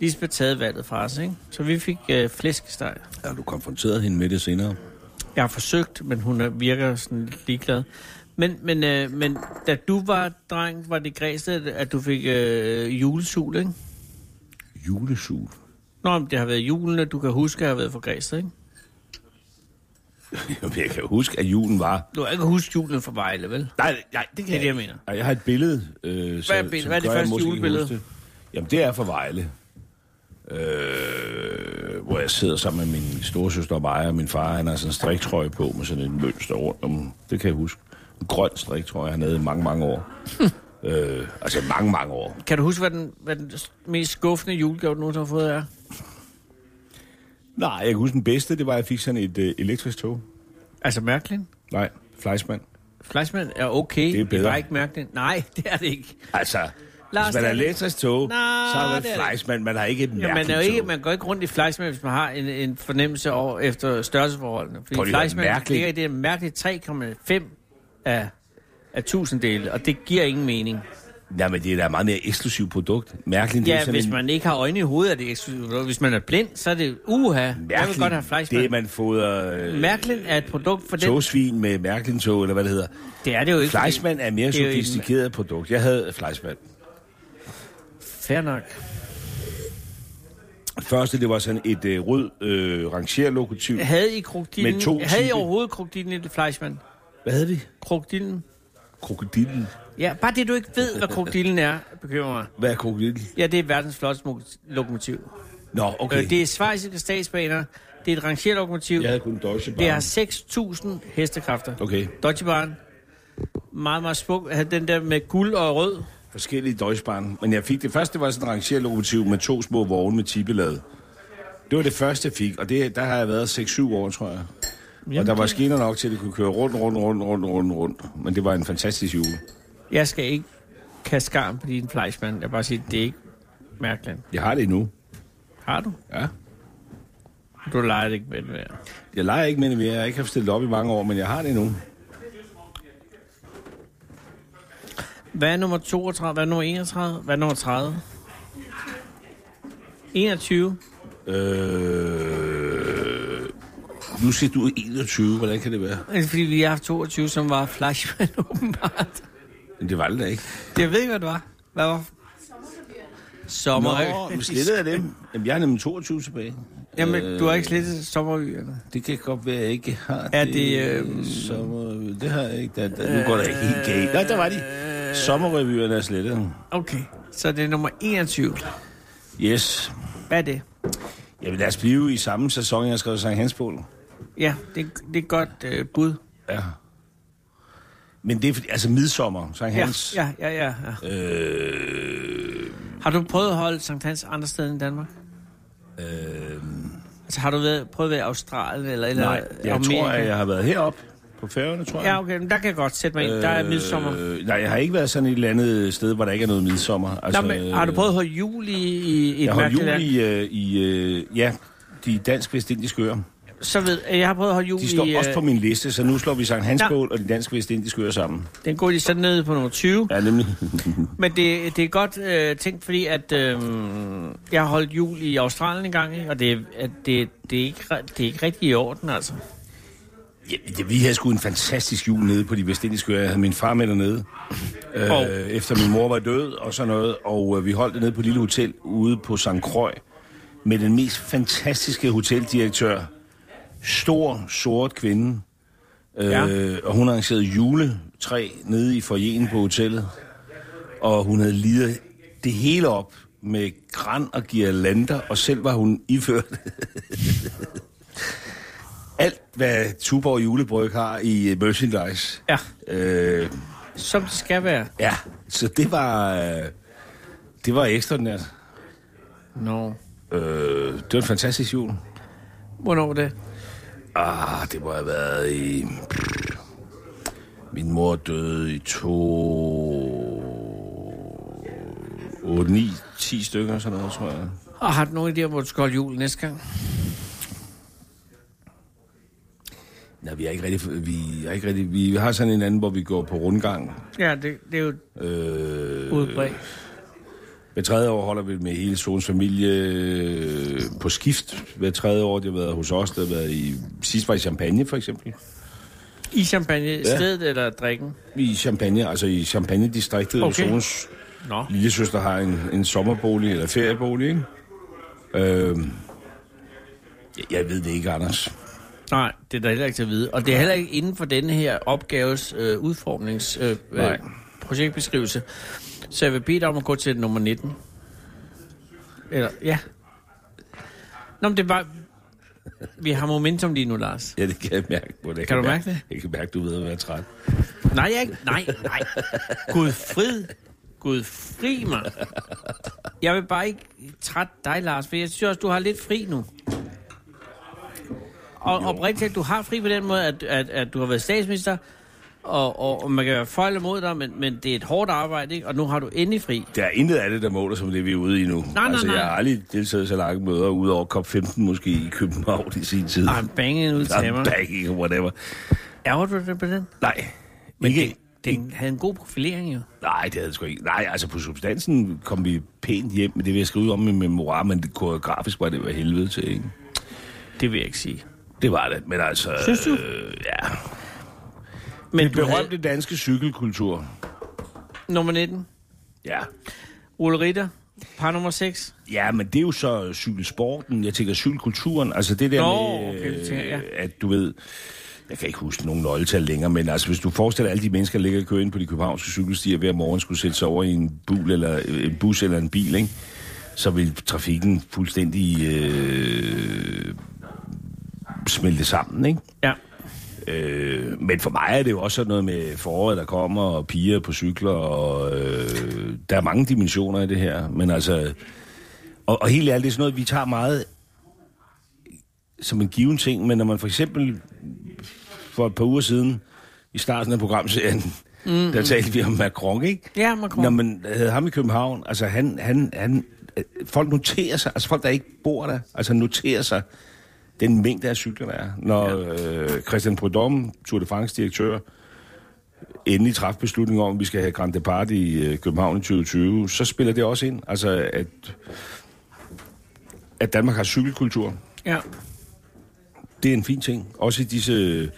[SPEAKER 3] Lisbeth taget valget fra os, ikke? Så vi fik øh, flæskesteg.
[SPEAKER 4] Ja, du konfronterede hende med det senere.
[SPEAKER 3] Jeg har forsøgt, men hun er- virker sådan lidt ligeglad. Men, men, øh, men da du var dreng, var det græsted, at du fik øh, julesul, ikke?
[SPEAKER 4] Julesul.
[SPEAKER 3] Nå, men det har været julene, du kan huske, at jeg har været for græsted, ikke?
[SPEAKER 4] Jamen, jeg kan huske, at julen var...
[SPEAKER 3] Du kan ikke huske julen for Vejle, vel?
[SPEAKER 4] Nej, nej, det
[SPEAKER 3] Det er det, jeg mener.
[SPEAKER 4] Ej, Jeg har et billede. Øh, Hvad er,
[SPEAKER 3] billedet? Hvad er det første julebillede?
[SPEAKER 4] Jamen, det er fra Vejle. Øh, hvor jeg sidder sammen med min storesøster og mig, og min far, han har sådan en striktrøje på med sådan en mønster rundt om. Det kan jeg huske. En grøn striktrøje, han havde i mange, mange år. øh, altså mange, mange år.
[SPEAKER 3] Kan du huske, hvad den, hvad den s- mest skuffende julegave, du nogensinde har fået, er?
[SPEAKER 4] Nej, jeg kan huske den bedste, det var, at jeg fik sådan et øh, elektrisk tog.
[SPEAKER 3] Altså Mærklin?
[SPEAKER 4] Nej, Fleischmann.
[SPEAKER 3] Fleischmann er okay.
[SPEAKER 4] Det er bedre.
[SPEAKER 3] var ikke Mærklin. Nej, det er det ikke.
[SPEAKER 4] Altså,
[SPEAKER 3] Lars,
[SPEAKER 4] Lars, hvis man
[SPEAKER 3] det
[SPEAKER 4] er
[SPEAKER 3] er det-
[SPEAKER 4] elektrisk tog,
[SPEAKER 3] Nå,
[SPEAKER 4] så er man
[SPEAKER 3] det er det.
[SPEAKER 4] Fleischmann. Man har ikke et
[SPEAKER 3] Ja,
[SPEAKER 4] mærkeligt
[SPEAKER 3] man, er jo ikke,
[SPEAKER 4] tog.
[SPEAKER 3] man går ikke rundt i Fleischmann, hvis man har en, en fornemmelse over, efter størrelseforholdene. Fordi
[SPEAKER 4] Prøv lige at høre,
[SPEAKER 3] Fleischmann
[SPEAKER 4] mærkeligt.
[SPEAKER 3] ligger i det mærkeligt 3,5 af, af tusinddele, og det giver ingen mening.
[SPEAKER 4] Nej, men det er da et meget mere eksklusivt produkt. Mærkeligt, det er
[SPEAKER 3] Ja,
[SPEAKER 4] sådan
[SPEAKER 3] hvis
[SPEAKER 4] en
[SPEAKER 3] man ikke har øjne i hovedet, er det eksklusivt. Hvis man er blind, så er det uha. Jeg vil
[SPEAKER 4] mærkelig-
[SPEAKER 3] godt have Fleischmann. Mm.
[SPEAKER 4] Det, man fodrer øh,
[SPEAKER 3] Mærklin er et produkt for den.
[SPEAKER 4] togsvin med Mærklintog, eller hvad det hedder.
[SPEAKER 3] Det er det jo ikke. fordi-
[SPEAKER 4] Fleischmann er et mere
[SPEAKER 3] det er jo en-
[SPEAKER 4] sofistikeret produkt. Jeg havde Fleischmann.
[SPEAKER 3] Fair nok.
[SPEAKER 4] Første, det var sådan et øh, rød øh, rangerlokotyp.
[SPEAKER 3] Havde I krokdillen?
[SPEAKER 4] Med to
[SPEAKER 3] havde I
[SPEAKER 4] tykke-
[SPEAKER 3] overhovedet krokdillen i det Fleischmann?
[SPEAKER 4] Hvad havde vi?
[SPEAKER 3] Krokdillen?
[SPEAKER 4] Krokodillen.
[SPEAKER 3] Ja, bare det, du ikke ved, hvad krokdillen er, bekymrer mig.
[SPEAKER 4] Hvad er krokodillen?
[SPEAKER 3] Ja, det er verdens flotteste mo- lokomotiv.
[SPEAKER 4] Nå, okay.
[SPEAKER 3] Øh, det er svejsiske statsbaner. Det er et rangerlokomotiv.
[SPEAKER 4] Jeg
[SPEAKER 3] Ja,
[SPEAKER 4] havde kun Deutsche Bahn.
[SPEAKER 3] det har 6.000 hestekræfter.
[SPEAKER 4] Okay.
[SPEAKER 3] Deutsche Bahn. Meget, meget smuk. Havde den der med guld og rød.
[SPEAKER 4] forskellige døjsbarn. Men jeg fik det første, det var sådan en rangerlokomotiv med to små vogne med tippelade. Det var det første, jeg fik, og det, der har jeg været 6-7 år, tror jeg. Jamen, og der var skinner nok til, at det kunne køre rundt, rundt, rundt, rundt, rundt, rundt. Men det var en fantastisk jul.
[SPEAKER 3] Jeg skal ikke kaste skarm på din flejsmand. Jeg vil bare sige, det er ikke mærkeligt.
[SPEAKER 4] Jeg har det endnu.
[SPEAKER 3] Har du?
[SPEAKER 4] Ja.
[SPEAKER 3] Du leger det ikke med det mere.
[SPEAKER 4] Jeg leger ikke med det mere. Jeg har ikke haft stillet op i mange år, men jeg har det endnu.
[SPEAKER 3] Hvad er nummer 32? Hvad er nummer 31? Hvad er nummer 30? 21.
[SPEAKER 4] Øh... Nu siger du 21. Hvordan kan det være?
[SPEAKER 3] Altså, Fordi vi har haft 22, som var flejsmand åbenbart.
[SPEAKER 4] Men det var det da ikke.
[SPEAKER 3] Jeg ved ikke, hvad det var. Hvad var? Sommerrevyen.
[SPEAKER 4] Nå, men slettede jeg dem. Jamen, jeg har nemlig 22 tilbage.
[SPEAKER 3] Jamen, øh, du har ikke slettet sommerøerne.
[SPEAKER 4] Det kan godt være, at jeg ikke har
[SPEAKER 3] Er det,
[SPEAKER 4] det
[SPEAKER 3] øhm,
[SPEAKER 4] sommerrevy. Det har jeg ikke. Da, da, nu går der helt galt. Nej, der var de. Sommerrevyerne er slettet.
[SPEAKER 3] Okay, så det er nummer 21.
[SPEAKER 4] Yes.
[SPEAKER 3] Hvad er det?
[SPEAKER 4] Jamen lad os blive i samme sæson, jeg har skrevet Sankt Hans Bål.
[SPEAKER 3] Ja, det, det er et godt øh, bud.
[SPEAKER 4] Ja. Men det er fordi- altså midsommer, Sankt
[SPEAKER 3] Ja,
[SPEAKER 4] Hans.
[SPEAKER 3] ja, ja, ja, ja.
[SPEAKER 4] Øh,
[SPEAKER 3] Har du prøvet at holde Sankt Hans andre steder end Danmark?
[SPEAKER 4] øh,
[SPEAKER 3] Altså, har du været, prøvet at være i Australien eller, eller
[SPEAKER 4] nej, jeg
[SPEAKER 3] Amerika?
[SPEAKER 4] tror, at jeg har været heroppe på færgerne, tror jeg.
[SPEAKER 3] Ja, okay, men der kan jeg godt sætte mig ind. Der er midsommer.
[SPEAKER 4] Øh, nej, jeg har ikke været sådan et eller andet sted, hvor der ikke er noget midsommer. Altså,
[SPEAKER 3] Nå, men, har du prøvet at holde jul i, i et
[SPEAKER 4] Jeg holdt
[SPEAKER 3] mærkeligt
[SPEAKER 4] jul
[SPEAKER 3] land?
[SPEAKER 4] i, øh, i øh, ja, de dansk-vestindiske øer.
[SPEAKER 3] Så ved jeg, jeg har prøvet at holde jul
[SPEAKER 4] De står
[SPEAKER 3] i...
[SPEAKER 4] også
[SPEAKER 3] øh,
[SPEAKER 4] på min liste, så nu slår vi Sankt Hans
[SPEAKER 3] Nå.
[SPEAKER 4] Bål og de dansk-vestindiske øer sammen.
[SPEAKER 3] Den går lige sådan ned på nummer 20.
[SPEAKER 4] Ja, nemlig.
[SPEAKER 3] Men det, det er godt øh, tænkt, fordi at, øh, jeg har holdt jul i Australien engang, ikke? og det, at det, det, er ikke, re- det er ikke rigtig i orden, altså.
[SPEAKER 4] ja, det, vi havde sgu en fantastisk jul nede på de vestindiske øer. Jeg havde min far med dernede, øh,
[SPEAKER 3] Og-
[SPEAKER 4] efter min mor var død og sådan noget. Og øh, vi holdt det nede på et lille hotel ude på St. Croix med den mest fantastiske hoteldirektør. Stor, sort kvinde. Øh,
[SPEAKER 3] Ja.
[SPEAKER 4] Og hun arrangerede juletræ nede i forjen på hotellet. Og hun havde lidet det hele op med gran og girlander, og selv var hun iført alt, hvad Tuborg julebryg har i øh, merchandise.
[SPEAKER 3] Ja,
[SPEAKER 4] Øh,
[SPEAKER 3] som det skal være.
[SPEAKER 4] ja, så det var, øh, det var ekstraordinært.
[SPEAKER 3] Nå.
[SPEAKER 4] Øh, det var en fantastisk jul.
[SPEAKER 3] Hvornår var det?
[SPEAKER 4] Ah, det må have været i... Min mor døde i to... 8, 9, 10 stykker, sådan noget, tror jeg.
[SPEAKER 3] Og har du nogen idéer, hvor du skal holde jul næste gang?
[SPEAKER 4] Nej, vi er ikke rigtig... Vi, er ikke rigtig, vi har sådan en anden, hvor vi går på rundgang.
[SPEAKER 3] Ja, det, det er jo
[SPEAKER 4] Øh,
[SPEAKER 3] udbredt.
[SPEAKER 4] Hver tredje år holder vi med hele Solens familie øh, på skift. Hver tredje år, det har været hos os, det har været i... Sidst var i Champagne, for eksempel.
[SPEAKER 3] I champagne ja. stedet eller drikken?
[SPEAKER 4] I Champagne, altså i Champagne-distriktet. Okay.
[SPEAKER 3] Okay.
[SPEAKER 4] Solens
[SPEAKER 3] Nå.
[SPEAKER 4] lille søster har en, en sommerbolig eller feriebolig, ikke? Øh, jeg ved det ikke, Anders.
[SPEAKER 3] Nej, det er da heller ikke til at vide. Og det er heller ikke inden for denne her opgaves øh, udformnings øh, øh,
[SPEAKER 4] Nej.
[SPEAKER 3] projektbeskrivelse. Så jeg vil bede dig om at gå til nummer 19. Eller, ja. Nå, men det var... Vi har momentum lige nu, Lars.
[SPEAKER 4] Ja, det kan jeg mærke på det.
[SPEAKER 3] Kan du mærke det?
[SPEAKER 4] Jeg kan mærke, du ved at være træt.
[SPEAKER 3] Nej, jeg er ikke. Nej, nej. Gud frid. Gud fri mig. Jeg vil bare ikke trætte dig, Lars, for jeg synes også, du har lidt fri nu. Og oprigtigt, talt, du har fri på den måde, at, at, at du har været statsminister, og, og, og man kan være for eller mod dig, men, men det er et hårdt arbejde, ikke? og nu har du endelig fri.
[SPEAKER 4] Der er intet af det, der måler som det, vi er ude i nu.
[SPEAKER 3] nej,
[SPEAKER 4] altså,
[SPEAKER 3] nej.
[SPEAKER 4] jeg har aldrig deltaget i så lange møder, udover COP15 måske i København i sin tid.
[SPEAKER 3] I'm banging ud til
[SPEAKER 4] I'm
[SPEAKER 3] mig.
[SPEAKER 4] back, whatever.
[SPEAKER 3] Ærger du dig på den?
[SPEAKER 4] Nej.
[SPEAKER 3] Men
[SPEAKER 4] ikke,
[SPEAKER 3] det, det havde en god profilering jo.
[SPEAKER 4] Nej, det havde jeg sgu ikke. Nej, altså på substansen kom vi pænt hjem, men det vil jeg skrive om i min memoir, men det koreografisk var det var helvede til, ikke?
[SPEAKER 3] Det vil jeg ikke sige.
[SPEAKER 4] Det var det, men altså...
[SPEAKER 3] Synes du?
[SPEAKER 4] Øh, ja.
[SPEAKER 3] Men du
[SPEAKER 4] Berømte
[SPEAKER 3] havde
[SPEAKER 4] danske cykelkultur.
[SPEAKER 3] nummer 19.
[SPEAKER 4] Ja.
[SPEAKER 3] Ole Ritter, par nummer 6.
[SPEAKER 4] Ja, men det er jo så cykelsporten, jeg tænker cykelkulturen, altså det der
[SPEAKER 3] Nå,
[SPEAKER 4] med,
[SPEAKER 3] okay, du tænker, ja.
[SPEAKER 4] at du ved, jeg kan ikke huske nogen nøgletal længere, men altså hvis du forestiller alle de mennesker, der ligger og kører ind på de københavnske cykelstier hver morgen, skulle sætte sig over i en, bul eller, øh, en bus eller en bil, ikke? så vil trafikken fuldstændig øh, smelte sammen, ikke?
[SPEAKER 3] Ja.
[SPEAKER 4] Øh, men for mig er det jo også sådan noget med foråret, der kommer, og piger på cykler, og øh, der er mange dimensioner i det her. Men altså, og, og helt ærligt, det er sådan noget, vi tager meget som en given ting, men når man for eksempel for et par uger siden, i starten af programserien, mm, der talte vi om Macron, ikke?
[SPEAKER 3] Ja, Macron.
[SPEAKER 4] Når man havde ham i København, altså han, han, han, øh, folk noterer sig, altså folk, der ikke bor der, altså noterer sig den mængde af cykler, der er. Når ja. øh, Christian Prudhomme, Tour de France-direktør, endelig træffe beslutningen om, at vi skal have Grand Depart i øh, København i 2020, så spiller det også ind, altså at, at Danmark har cykelkultur.
[SPEAKER 3] Ja.
[SPEAKER 4] Det er en fin ting, også i disse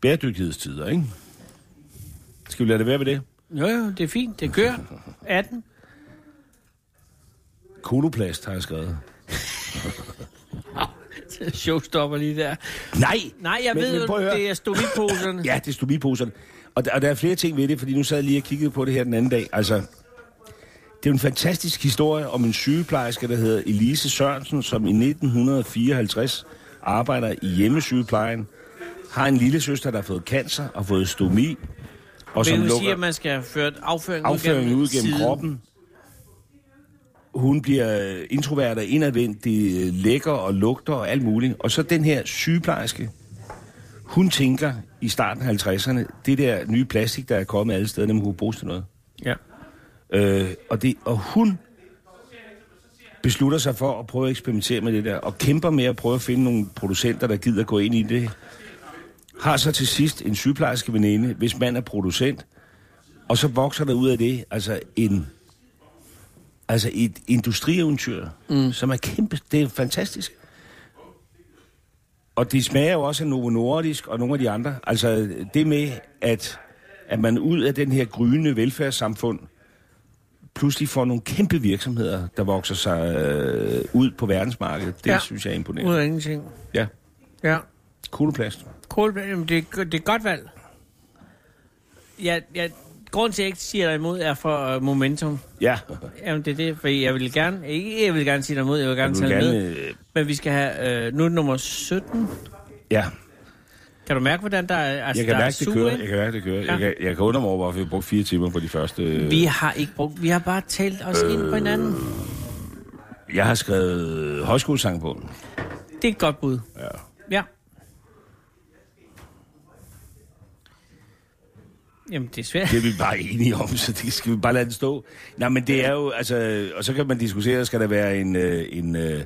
[SPEAKER 4] bæredygtighedstider, ikke? Skal vi lade det være ved det?
[SPEAKER 3] Jo, jo, det er fint. Det kører. 18.
[SPEAKER 4] Koloplast har jeg skrevet.
[SPEAKER 3] showstopper lige der.
[SPEAKER 4] Nej!
[SPEAKER 3] Nej, jeg
[SPEAKER 4] Men-
[SPEAKER 3] ved
[SPEAKER 4] men prøv at
[SPEAKER 3] jo,
[SPEAKER 4] høre.
[SPEAKER 3] det er stomiposerne.
[SPEAKER 4] Ja, det er stomiposerne. Og der, og der er flere ting ved det, fordi nu sad jeg lige og kiggede på det her den anden dag. Altså, det er jo en fantastisk historie om en sygeplejerske, der hedder Elise Sørensen, som i 1954 arbejder i hjemmesygeplejen, har en lille søster, der har fået cancer og fået stomi, og
[SPEAKER 3] Vil
[SPEAKER 4] som
[SPEAKER 3] du sige, at
[SPEAKER 4] lukker
[SPEAKER 3] man skal have ført afføringen,
[SPEAKER 4] afføringen ud gennem
[SPEAKER 3] siden?
[SPEAKER 4] kroppen. Hun bliver øh, introvert og indadvendt, det øh, lækker og lugter og alt muligt. Og så den her sygeplejerske, hun tænker i starten af 50'erne, det der nye plastik, der er kommet alle steder, nemlig kunne bruges til noget.
[SPEAKER 3] Ja.
[SPEAKER 4] Øh, og, det, og hun beslutter sig for at prøve at eksperimentere med det der, og kæmper med at prøve at finde nogle producenter, der gider gå ind i det. Har så til sidst en sygeplejerske veninde, hvis man er producent, og så vokser der ud af det altså en altså et industrieventyr, mm. som er kæmpe. Det er fantastisk. Og det smager jo også af Novo Nordisk og nogle af de andre. Altså det med, at, at man ud af den her grønne velfærdssamfund pludselig får nogle kæmpe virksomheder, der vokser sig øh, ud på verdensmarkedet. Det
[SPEAKER 3] Ja.
[SPEAKER 4] ja. synes jeg er
[SPEAKER 3] Ud
[SPEAKER 4] imponerende.
[SPEAKER 3] af ingenting.
[SPEAKER 4] Ja.
[SPEAKER 3] Ja.
[SPEAKER 4] Kugleplast.
[SPEAKER 3] Cool, jamen det, er- det er et godt valg. Jeg, jeg, grunden til, at jeg ikke siger dig imod, er for uh, momentum.
[SPEAKER 4] Ja.
[SPEAKER 3] Jamen, det er det, fordi jeg vil gerne, ikke jeg vil gerne sige dig imod, jeg vil gerne
[SPEAKER 4] vil
[SPEAKER 3] tage gerne... med.
[SPEAKER 4] gerne, øh,
[SPEAKER 3] Men vi skal have, øh, nu er det nummer 17.
[SPEAKER 4] Ja.
[SPEAKER 3] Kan du mærke, hvordan der er, altså,
[SPEAKER 4] Jeg kan
[SPEAKER 3] der
[SPEAKER 4] mærke,
[SPEAKER 3] er
[SPEAKER 4] det
[SPEAKER 3] sug,
[SPEAKER 4] kører.
[SPEAKER 3] ikke?
[SPEAKER 4] Jeg kan mærke, det kører.
[SPEAKER 3] Ja.
[SPEAKER 4] Jeg kan, jeg kan undre mig over, hvorfor vi brugte fire timer på de første... øh,
[SPEAKER 3] Vi har ikke brugt, vi har bare talt os øh... ind på hinanden.
[SPEAKER 4] Jeg har skrevet højskolesang på.
[SPEAKER 3] Det er et godt bud. Ja. ja. Jamen, det er svært.
[SPEAKER 4] Det er vi bare enige om, så det skal vi bare lade den stå. Nej, men det er jo, altså, og så kan man diskutere, skal der være en, øh, en, øh,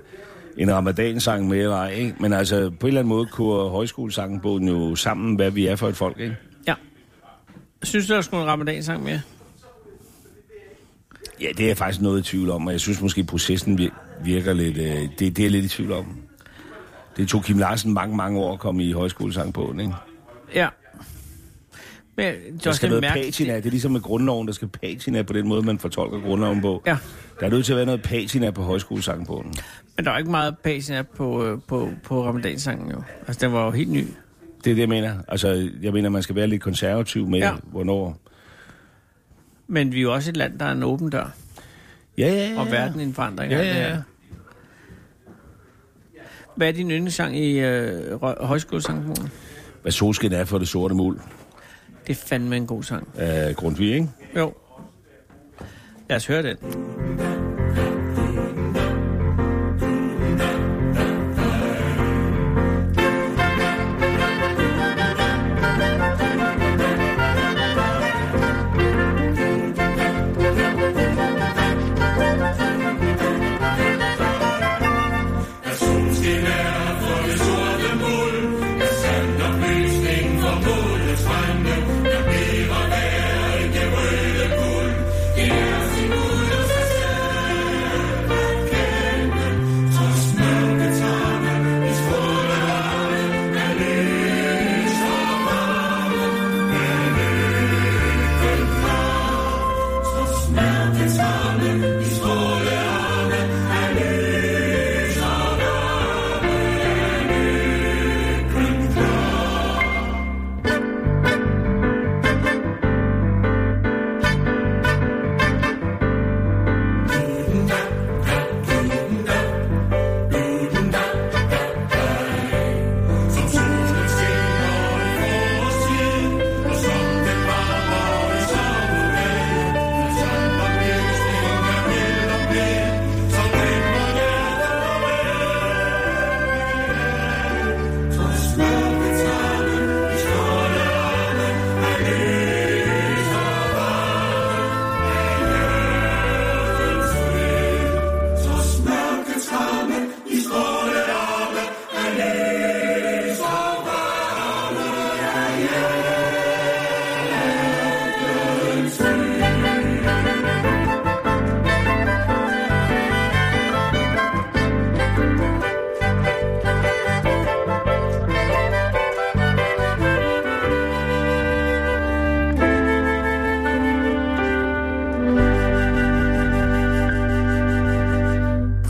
[SPEAKER 4] en ramadansang med eller ej, ikke? Men altså, på en eller anden måde kunne højskolesangen på jo sammen, hvad vi er for et folk, ikke?
[SPEAKER 3] Ja. Synes du, der skulle en ramadansang med?
[SPEAKER 4] Ja, det er jeg faktisk noget i tvivl om, og jeg synes måske, processen vir- virker lidt, øh, det, det er jeg lidt i tvivl om. Det tog Kim Larsen mange, mange år at komme i højskolesang på, ikke?
[SPEAKER 3] Ja. Men det er
[SPEAKER 4] Der
[SPEAKER 3] også
[SPEAKER 4] skal
[SPEAKER 3] lidt
[SPEAKER 4] noget
[SPEAKER 3] mærkeligt.
[SPEAKER 4] patina. Det er ligesom med grundloven, der skal patina på den måde, man fortolker grundloven på.
[SPEAKER 3] Ja.
[SPEAKER 4] Der er nødt til at være noget patina på højskolesangbogen.
[SPEAKER 3] Men der er jo ikke meget patina på, øh, på, på ramadanssangen jo. Altså, den var jo helt ny.
[SPEAKER 4] Det er det, jeg mener. Altså, jeg mener, man skal være lidt konservativ med,
[SPEAKER 3] Ja.
[SPEAKER 4] ja. hvornår...
[SPEAKER 3] Men vi er jo også et land, der er en åben dør.
[SPEAKER 4] Ja, ja, ja.
[SPEAKER 3] Og verden er en forandring.
[SPEAKER 4] Ja,
[SPEAKER 3] og alt det
[SPEAKER 4] ja,
[SPEAKER 3] her.
[SPEAKER 4] ja.
[SPEAKER 3] Hvad er din yndlingssang i øh, Rø- højskolesangbogen?
[SPEAKER 4] Hvad solskin er for det sorte mul
[SPEAKER 3] Det er fandme en god sang.
[SPEAKER 4] af Grundtvig, ikke?
[SPEAKER 3] Jo. Lad os høre den.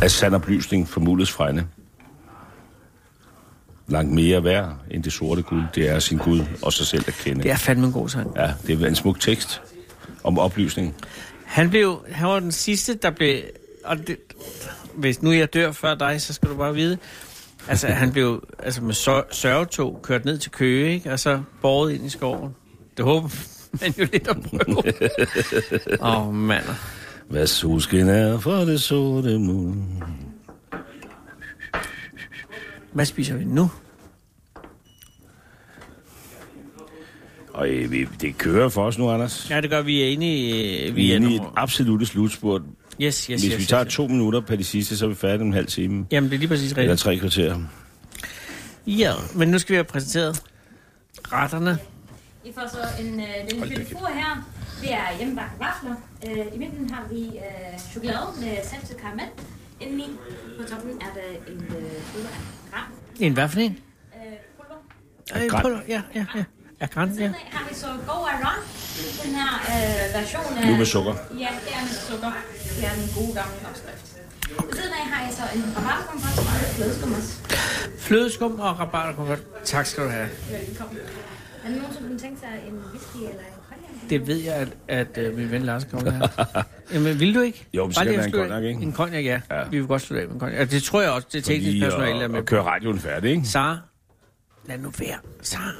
[SPEAKER 4] Af sand oplysning for mulets frænde. langt mere værd end det sorte guld, det er sin Gud og sig selv at kende.
[SPEAKER 3] Det er fandme en god sang.
[SPEAKER 4] Ja, det er en smuk tekst om oplysning.
[SPEAKER 3] Han, blev, han var den sidste, der blev... Og det, hvis nu jeg dør før dig, så skal du bare vide. Altså, han blev altså med sør- sørgetog kørt ned til Køge, ikke? og så båret ind i skoven. Det håber man jo lidt at prøve. Åh, oh, mand.
[SPEAKER 4] Hvad solskin er for det sorte mund.
[SPEAKER 3] Hvad spiser vi nu?
[SPEAKER 4] Og øh, vi- det kører for os nu, Anders.
[SPEAKER 3] Ja, det gør vi er inde i... øh,
[SPEAKER 4] Vi er inde i et
[SPEAKER 3] nu-
[SPEAKER 4] absolut slutspurt.
[SPEAKER 3] Yes, yes,
[SPEAKER 4] Hvis
[SPEAKER 3] yes,
[SPEAKER 4] vi tager
[SPEAKER 3] yes, yes.
[SPEAKER 4] to minutter på det sidste, så er vi færdige om en halv time.
[SPEAKER 3] Jamen, det er lige præcis
[SPEAKER 4] Eller
[SPEAKER 3] rigtigt.
[SPEAKER 4] tre kvarter.
[SPEAKER 3] Ja, men nu skal vi have præsenteret retterne.
[SPEAKER 8] I får så en øh, den lille fur her. Det er hjemmebagte vafler. Øh, I midten har vi øh, chokolade med saltet karamel indeni. På toppen er der en øh, pulver af gram.
[SPEAKER 3] En hvad for en?
[SPEAKER 8] Øh, pulver.
[SPEAKER 3] Øh,
[SPEAKER 4] gran.
[SPEAKER 3] pulver, Ja, ja, ja. Er gran,
[SPEAKER 8] Siden
[SPEAKER 3] ja.
[SPEAKER 8] af har vi så Go Aron. Den her øh, version af...
[SPEAKER 4] Nu med sukker.
[SPEAKER 8] Ja, det er med sukker. Det er den gode gamle opskrift. Ved siden af har jeg så en rabarberkompot og lidt flødeskummers.
[SPEAKER 3] Flødeskum og rabarberkompot. Tak skal du have.
[SPEAKER 8] Velkommen. Øh, Er der nogen, som kunne tænke sig en whisky eller en cognac?
[SPEAKER 3] Det ved jeg, at, at øh, min ven Lars kommer her. Jamen, vil du ikke?
[SPEAKER 4] Jo, men så
[SPEAKER 3] Bare
[SPEAKER 4] skal
[SPEAKER 3] lige
[SPEAKER 4] det være en
[SPEAKER 3] slutte af.
[SPEAKER 4] cognac, ikke?
[SPEAKER 3] En cognac, ja.
[SPEAKER 4] Ja.
[SPEAKER 3] ja. Vi vil godt slutte af med en cognac. Ja, det tror jeg også, det er teknisk
[SPEAKER 4] Lige
[SPEAKER 3] personale, der er
[SPEAKER 4] at,
[SPEAKER 3] med.
[SPEAKER 4] at køre radioen færdig, ikke?
[SPEAKER 3] Sara, lad nu være. Sara.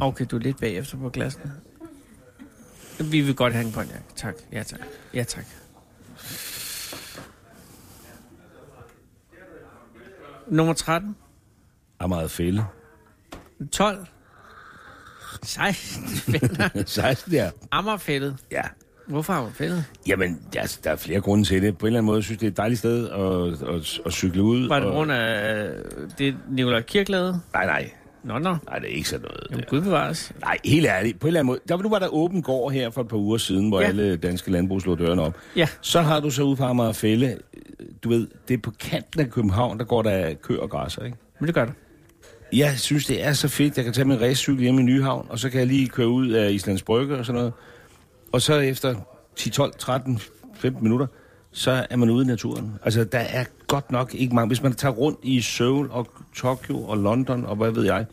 [SPEAKER 3] Okay, du er lidt bagefter på glassene. Vi vil godt have en cognac. Tak. Ja, tak. Ja, tak. Nummer 13.
[SPEAKER 4] Amager Fælde.
[SPEAKER 3] 12. 16. fælder.
[SPEAKER 4] 16, ja.
[SPEAKER 3] Amagerfældet.
[SPEAKER 4] Ja.
[SPEAKER 3] Hvorfor Amagerfældet?
[SPEAKER 4] Jamen, der, er- der er flere grunde til det. På en eller anden måde synes jeg, det er et dejligt sted at, at, at cykle ud.
[SPEAKER 3] Var det
[SPEAKER 4] og-
[SPEAKER 3] på grund af øh, det, Nicolai Kirk lavede?
[SPEAKER 4] Nej, nej.
[SPEAKER 3] Nå, nå.
[SPEAKER 4] Nej, det er ikke sådan noget.
[SPEAKER 3] Jamen,
[SPEAKER 4] der.
[SPEAKER 3] Gud bevares.
[SPEAKER 4] Nej, helt ærligt. På en eller anden måde. Der, nu var der åben gård her for et par uger siden, hvor ja.
[SPEAKER 3] Ja.
[SPEAKER 4] alle danske landbrug slog dørene op.
[SPEAKER 3] Ja.
[SPEAKER 4] Så har du så ude på Amager Fælde. øh, Du ved, det er på kanten af København, der går der køer og græsser, ikke?
[SPEAKER 3] Men det gør det.
[SPEAKER 4] Jeg synes, det er så fedt. Jeg kan tage min racecykel hjemme i Nyhavn, og så kan jeg lige køre ud af Islands Brygge og sådan noget. Og så efter 10, 12, 13, 15 minutter, så er man ude i naturen. Altså, der er godt nok ikke mange. Hvis man tager rundt i Seoul og Tokyo og London og hvad ved jeg,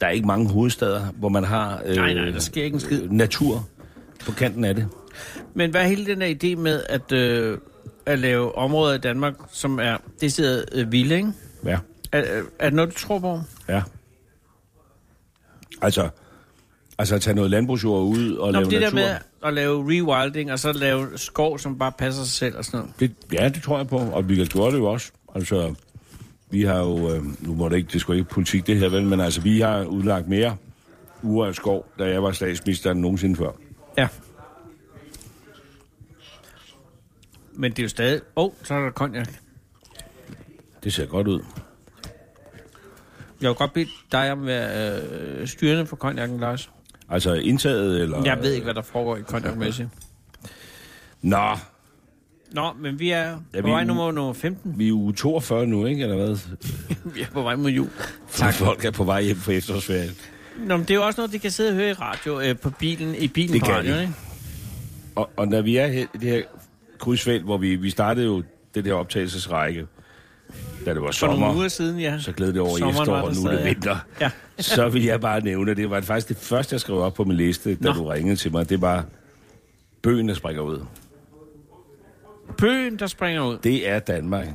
[SPEAKER 4] der er ikke mange hovedstader, hvor man har øh,
[SPEAKER 3] Nej, nej, der sker ikke en skid.
[SPEAKER 4] øh, natur på kanten af det.
[SPEAKER 3] Men hvad er hele den her idé med at, øh, at lave områder i Danmark, som er decideret øh, vilde, ikke?
[SPEAKER 4] Ja,
[SPEAKER 3] Er, er, øh, er det noget, du tror på?
[SPEAKER 4] ja. Altså, altså at tage noget landbrugsjord ud og
[SPEAKER 3] Nå,
[SPEAKER 4] lave
[SPEAKER 3] men det
[SPEAKER 4] natur.
[SPEAKER 3] der med at lave rewilding, og så lave skov, som bare passer sig selv og sådan noget.
[SPEAKER 4] Det, ja, det tror jeg på, og vi har gjort det jo også. Altså, vi har jo, øh, nu må det ikke, det skulle ikke politik det her, vel, men altså, vi har udlagt mere uger af skov, da jeg var statsminister, end nogensinde før.
[SPEAKER 3] Ja. Men det er jo stadig... Åh, oh, så er der konjak.
[SPEAKER 4] Det ser godt ud.
[SPEAKER 3] Jeg vil godt bede dig om at være øh, styrende for konjakken, Lars.
[SPEAKER 4] Altså, indtaget, eller...
[SPEAKER 3] Jeg ved ikke, hvad der foregår i konjakmæssigt.
[SPEAKER 4] Nå,
[SPEAKER 3] Nå, men vi er
[SPEAKER 4] Ja,
[SPEAKER 3] på
[SPEAKER 4] vi-
[SPEAKER 3] vej nummer, nummer 15.
[SPEAKER 4] vi er uge 42 nu, ikke, eller hvad?
[SPEAKER 3] Vi er på vej mod jul.
[SPEAKER 4] Tak. Folk er på vej hjem fra efterårsferien.
[SPEAKER 3] Nå, men det er jo også noget, de kan sidde og høre i radio, øh, på bilen, i bilen
[SPEAKER 4] Det
[SPEAKER 3] på
[SPEAKER 4] kan
[SPEAKER 3] radioen,
[SPEAKER 4] de.
[SPEAKER 3] ikke?
[SPEAKER 4] Og, og når vi er her, i det her krydsfelt, hvor vi, vi startede jo den her optagelsesrække, da det var
[SPEAKER 3] For
[SPEAKER 4] sommer.
[SPEAKER 3] nogle uger siden, ja.
[SPEAKER 4] så glæder det over i
[SPEAKER 3] Sommeren var
[SPEAKER 4] efterår,
[SPEAKER 3] der
[SPEAKER 4] og nu er det
[SPEAKER 3] stadig.
[SPEAKER 4] vinter.
[SPEAKER 3] Ja.
[SPEAKER 4] så vil jeg bare nævne, at det var faktisk det første, jeg skrev op på min liste, da
[SPEAKER 3] Nå.
[SPEAKER 4] du ringede til mig. Det var bøgen, der springer ud.
[SPEAKER 3] Bøen, der springer ud.
[SPEAKER 4] Det er Danmark.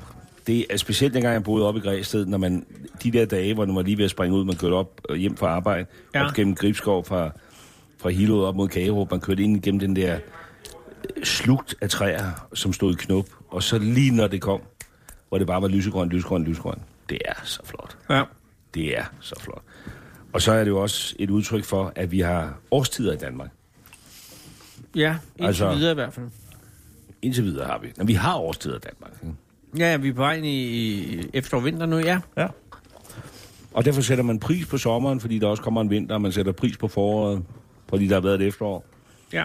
[SPEAKER 4] Det er specielt dengang, jeg boede oppe i Græsted, når man de der dage, hvor man var lige ved at springe ud, man kørte op og hjem fra arbejde, ja.
[SPEAKER 3] Ja.
[SPEAKER 4] op gennem Gribskov fra, fra Hilod op mod Kagerup, man kørte ind gennem den der øh, slugt af træer, som stod i knop, og så lige når det kom, hvor det bare var lysegrøn, lysegrøn, lysegrøn. Det er så flot.
[SPEAKER 3] Ja.
[SPEAKER 4] Det er så flot. Og så er det jo også et udtryk for, at vi har årstider i Danmark.
[SPEAKER 3] Ja, indtil
[SPEAKER 4] Altså-
[SPEAKER 3] altså... videre i hvert fald.
[SPEAKER 4] Indtil videre har vi. Men vi har årstider i Danmark. ikke?
[SPEAKER 3] Ja, ja, vi er på vej ind i i efterår og vinter nu, ja.
[SPEAKER 4] Ja. Og derfor sætter man pris på sommeren, fordi der også kommer en vinter, og man sætter pris på foråret, fordi der har været et efterår.
[SPEAKER 3] ja.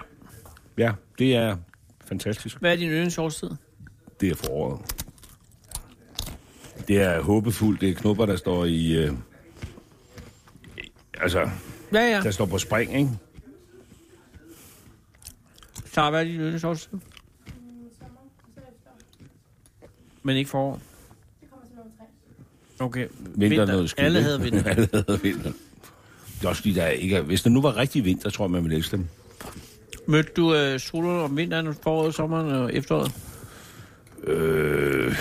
[SPEAKER 4] Ja, det er fantastisk.
[SPEAKER 3] Hvad er din yndlingsårstid?
[SPEAKER 4] Det er foråret. Det er håbefuldt. Det er knopper, der står i... Øh, altså,
[SPEAKER 3] Ja, ja.
[SPEAKER 4] der står på spring, ikke?
[SPEAKER 3] Så hvad er din yndlingsårstid? Men ikke forår. Okay.
[SPEAKER 4] Vinter, noget skyld.
[SPEAKER 3] Alle
[SPEAKER 4] ikke?
[SPEAKER 3] havde vinter.
[SPEAKER 4] Alle havde vinter. Det er også fordi, der er ikke er... Hvis det nu var rigtig vinter, tror jeg, man ville elske dem.
[SPEAKER 3] Mødte du øh, solen om vinteren, foråret, sommeren og efteråret?
[SPEAKER 4] Øh,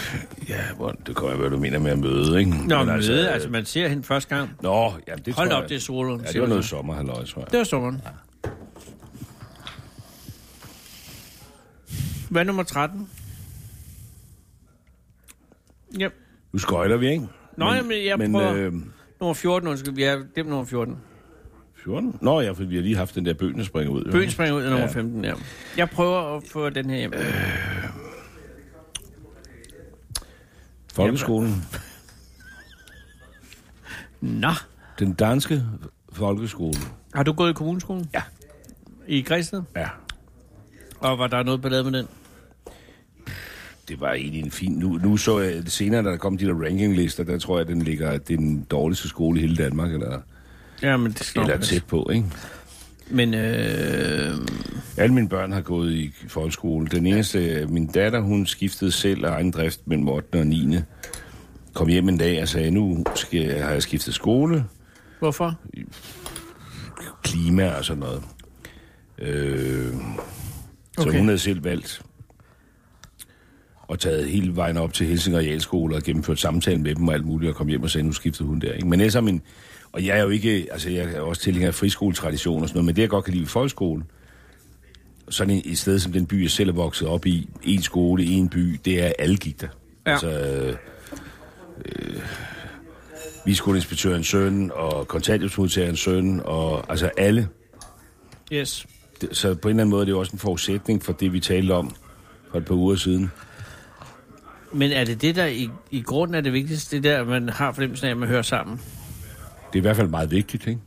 [SPEAKER 4] ja, hvor, det kommer jeg, hvad du mener med at møde, ikke?
[SPEAKER 3] Nå, møde, altså, altså man ser hende første gang.
[SPEAKER 4] Nå, jamen, det
[SPEAKER 3] Hold
[SPEAKER 4] tror
[SPEAKER 3] op,
[SPEAKER 4] jeg-
[SPEAKER 3] det er solen.
[SPEAKER 4] Ja, det var noget sommer, halløj, tror jeg.
[SPEAKER 3] Det var sommeren. Hvad er nummer 13? Ja,
[SPEAKER 4] Nu skøjler vi, ikke?
[SPEAKER 3] Nå, jamen, jeg
[SPEAKER 4] men,
[SPEAKER 3] prøver-
[SPEAKER 4] Øh,
[SPEAKER 3] nummer 14, undskyld. Vi er dem nummer 14.
[SPEAKER 4] 14? Nå ja, for vi har lige haft den der bøn, der springer ud. jo.
[SPEAKER 3] Bøen springer ud af nummer
[SPEAKER 4] Ja.
[SPEAKER 3] 15, ja. Jeg prøver at få den her hjem.
[SPEAKER 4] Folkeskolen.
[SPEAKER 3] Nå,
[SPEAKER 4] Den danske folkeskole.
[SPEAKER 3] har du gået i kommuneskolen?
[SPEAKER 4] Ja.
[SPEAKER 3] I Græsted?
[SPEAKER 4] Ja.
[SPEAKER 3] Og var der noget ballade med den?
[SPEAKER 4] Det var egentlig en fin... Nu, nu så jeg senere, da der kom de der rankinglister, der tror jeg, den ligger... Det er den dårligste skole i hele Danmark, eller,
[SPEAKER 3] Ja, men det slår
[SPEAKER 4] eller
[SPEAKER 3] mig.
[SPEAKER 4] tæt på, ikke?
[SPEAKER 3] Men øh,
[SPEAKER 4] Alle mine børn har gået i folkeskole. Den eneste, min datter, hun skiftede selv af egen drift mellem 8. og 9. Kom hjem en dag og sagde, nu skal, jeg- har jeg skiftet skole,
[SPEAKER 3] hvorfor?
[SPEAKER 4] klima og sådan noget. Øh, så
[SPEAKER 3] Okay.
[SPEAKER 4] hun havde selv valgt og taget hele vejen op til Helsingør Realskole og gennemført samtalen med dem og alt muligt, og kom hjem og sagde, nu skiftede hun der. Ikke? Men ellers har min... Og jeg er jo ikke... Altså, jeg er også tilhænger af friskoletradition og sådan noget, men det, jeg godt kan lide ved folkeskolen, sådan en- et sted som den by, jeg selv er vokset op i, en skole, en by, det er alle gik der.
[SPEAKER 3] Ja.
[SPEAKER 4] Altså, øh, øh, viskoleinspektørens søn, og kontanthjælpsmodtagerens søn, og altså alle
[SPEAKER 3] Yes.
[SPEAKER 4] det- så på en eller anden måde det er det også en forudsætning for det, vi talte om for et par uger siden.
[SPEAKER 3] Men er det det, der i, i grunden er det vigtigste? Det der, man har fornemmelsen af, at man hører sammen?
[SPEAKER 4] Det er i hvert fald meget vigtigt, ikke?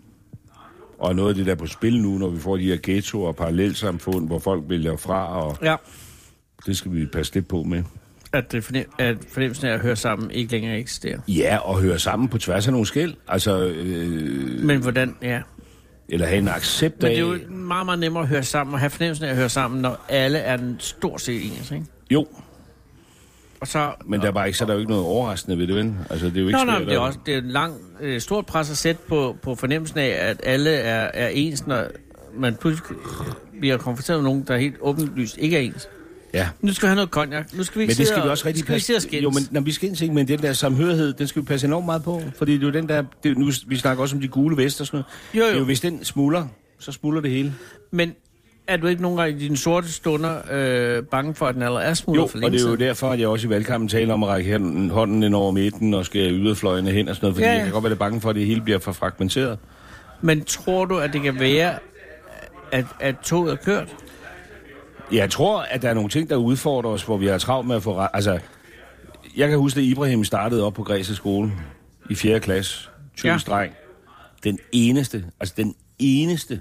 [SPEAKER 4] Og noget af det, der er på spil nu, når vi får de her ghettoer og parallelsamfund, hvor folk vælger fra, og
[SPEAKER 3] Ja.
[SPEAKER 4] det skal vi passe lidt på med.
[SPEAKER 3] At, det fornem- at fornemmelsen af at høre sammen ikke længere eksisterer.
[SPEAKER 4] Ja, og høre sammen på tværs af nogle skæld. Altså, øh,
[SPEAKER 3] Men hvordan, ja.
[SPEAKER 4] eller have en accept
[SPEAKER 3] Men
[SPEAKER 4] af...
[SPEAKER 3] det er jo meget, meget nemmere at høre sammen, og have fornemmelsen af at høre sammen, når alle er den stort set ens, ikke?
[SPEAKER 4] jo,
[SPEAKER 3] Og så...
[SPEAKER 4] men der er bare ikke, så er der jo ikke noget overraskende ved det, vel? Altså, det er jo ikke
[SPEAKER 3] Nå, nej,
[SPEAKER 4] svært
[SPEAKER 3] men det er
[SPEAKER 4] at-
[SPEAKER 3] også det er en lang, øh, stort pres at sætte på, på fornemmelsen af, at alle er, er ens, når man pludselig bliver konfronteret med nogen, der helt åbenlyst ikke er ens.
[SPEAKER 4] Ja,
[SPEAKER 3] Nu skal vi have noget cognac. Nu skal vi ikke
[SPEAKER 4] Men det skal
[SPEAKER 3] sidde
[SPEAKER 4] vi
[SPEAKER 3] og-
[SPEAKER 4] også rigtig
[SPEAKER 3] skal vi ikke sidde og skændes.
[SPEAKER 4] Jo, men når vi skændes ikke, men den der samhørighed, den skal vi passe enormt meget på. Fordi det er jo den der, det, er jo- nu, vi snakker også om de gule vester og sådan noget.
[SPEAKER 3] Jo, jo.
[SPEAKER 4] Det er jo, hvis den smuldrer, så smuldrer det hele.
[SPEAKER 3] Men er du ikke nogen gange i dine sorte stunder øh, bange for, at den allerede er
[SPEAKER 4] Jo,
[SPEAKER 3] smuldret for
[SPEAKER 4] og
[SPEAKER 3] længe
[SPEAKER 4] det er jo
[SPEAKER 3] siden?
[SPEAKER 4] derfor, at jeg også i valgkampen taler om at række hænden- hånden ind over midten og skal yderfløjene hen og sådan noget, fordi
[SPEAKER 3] Ja,
[SPEAKER 4] ja,
[SPEAKER 3] ja.
[SPEAKER 4] ja. jeg kan godt være lidt bange for, at det hele bliver for fragmenteret.
[SPEAKER 3] Men tror du, at det kan være, at, at toget er kørt?
[SPEAKER 4] Jeg tror, at der er nogle ting, der udfordrer os, hvor vi har travlt med at få... re- Altså, jeg kan huske, at Ibrahim startede op på Græses skole i 4. klasse. 20
[SPEAKER 3] Ja.
[SPEAKER 4] ja. dreng. Den eneste, altså den eneste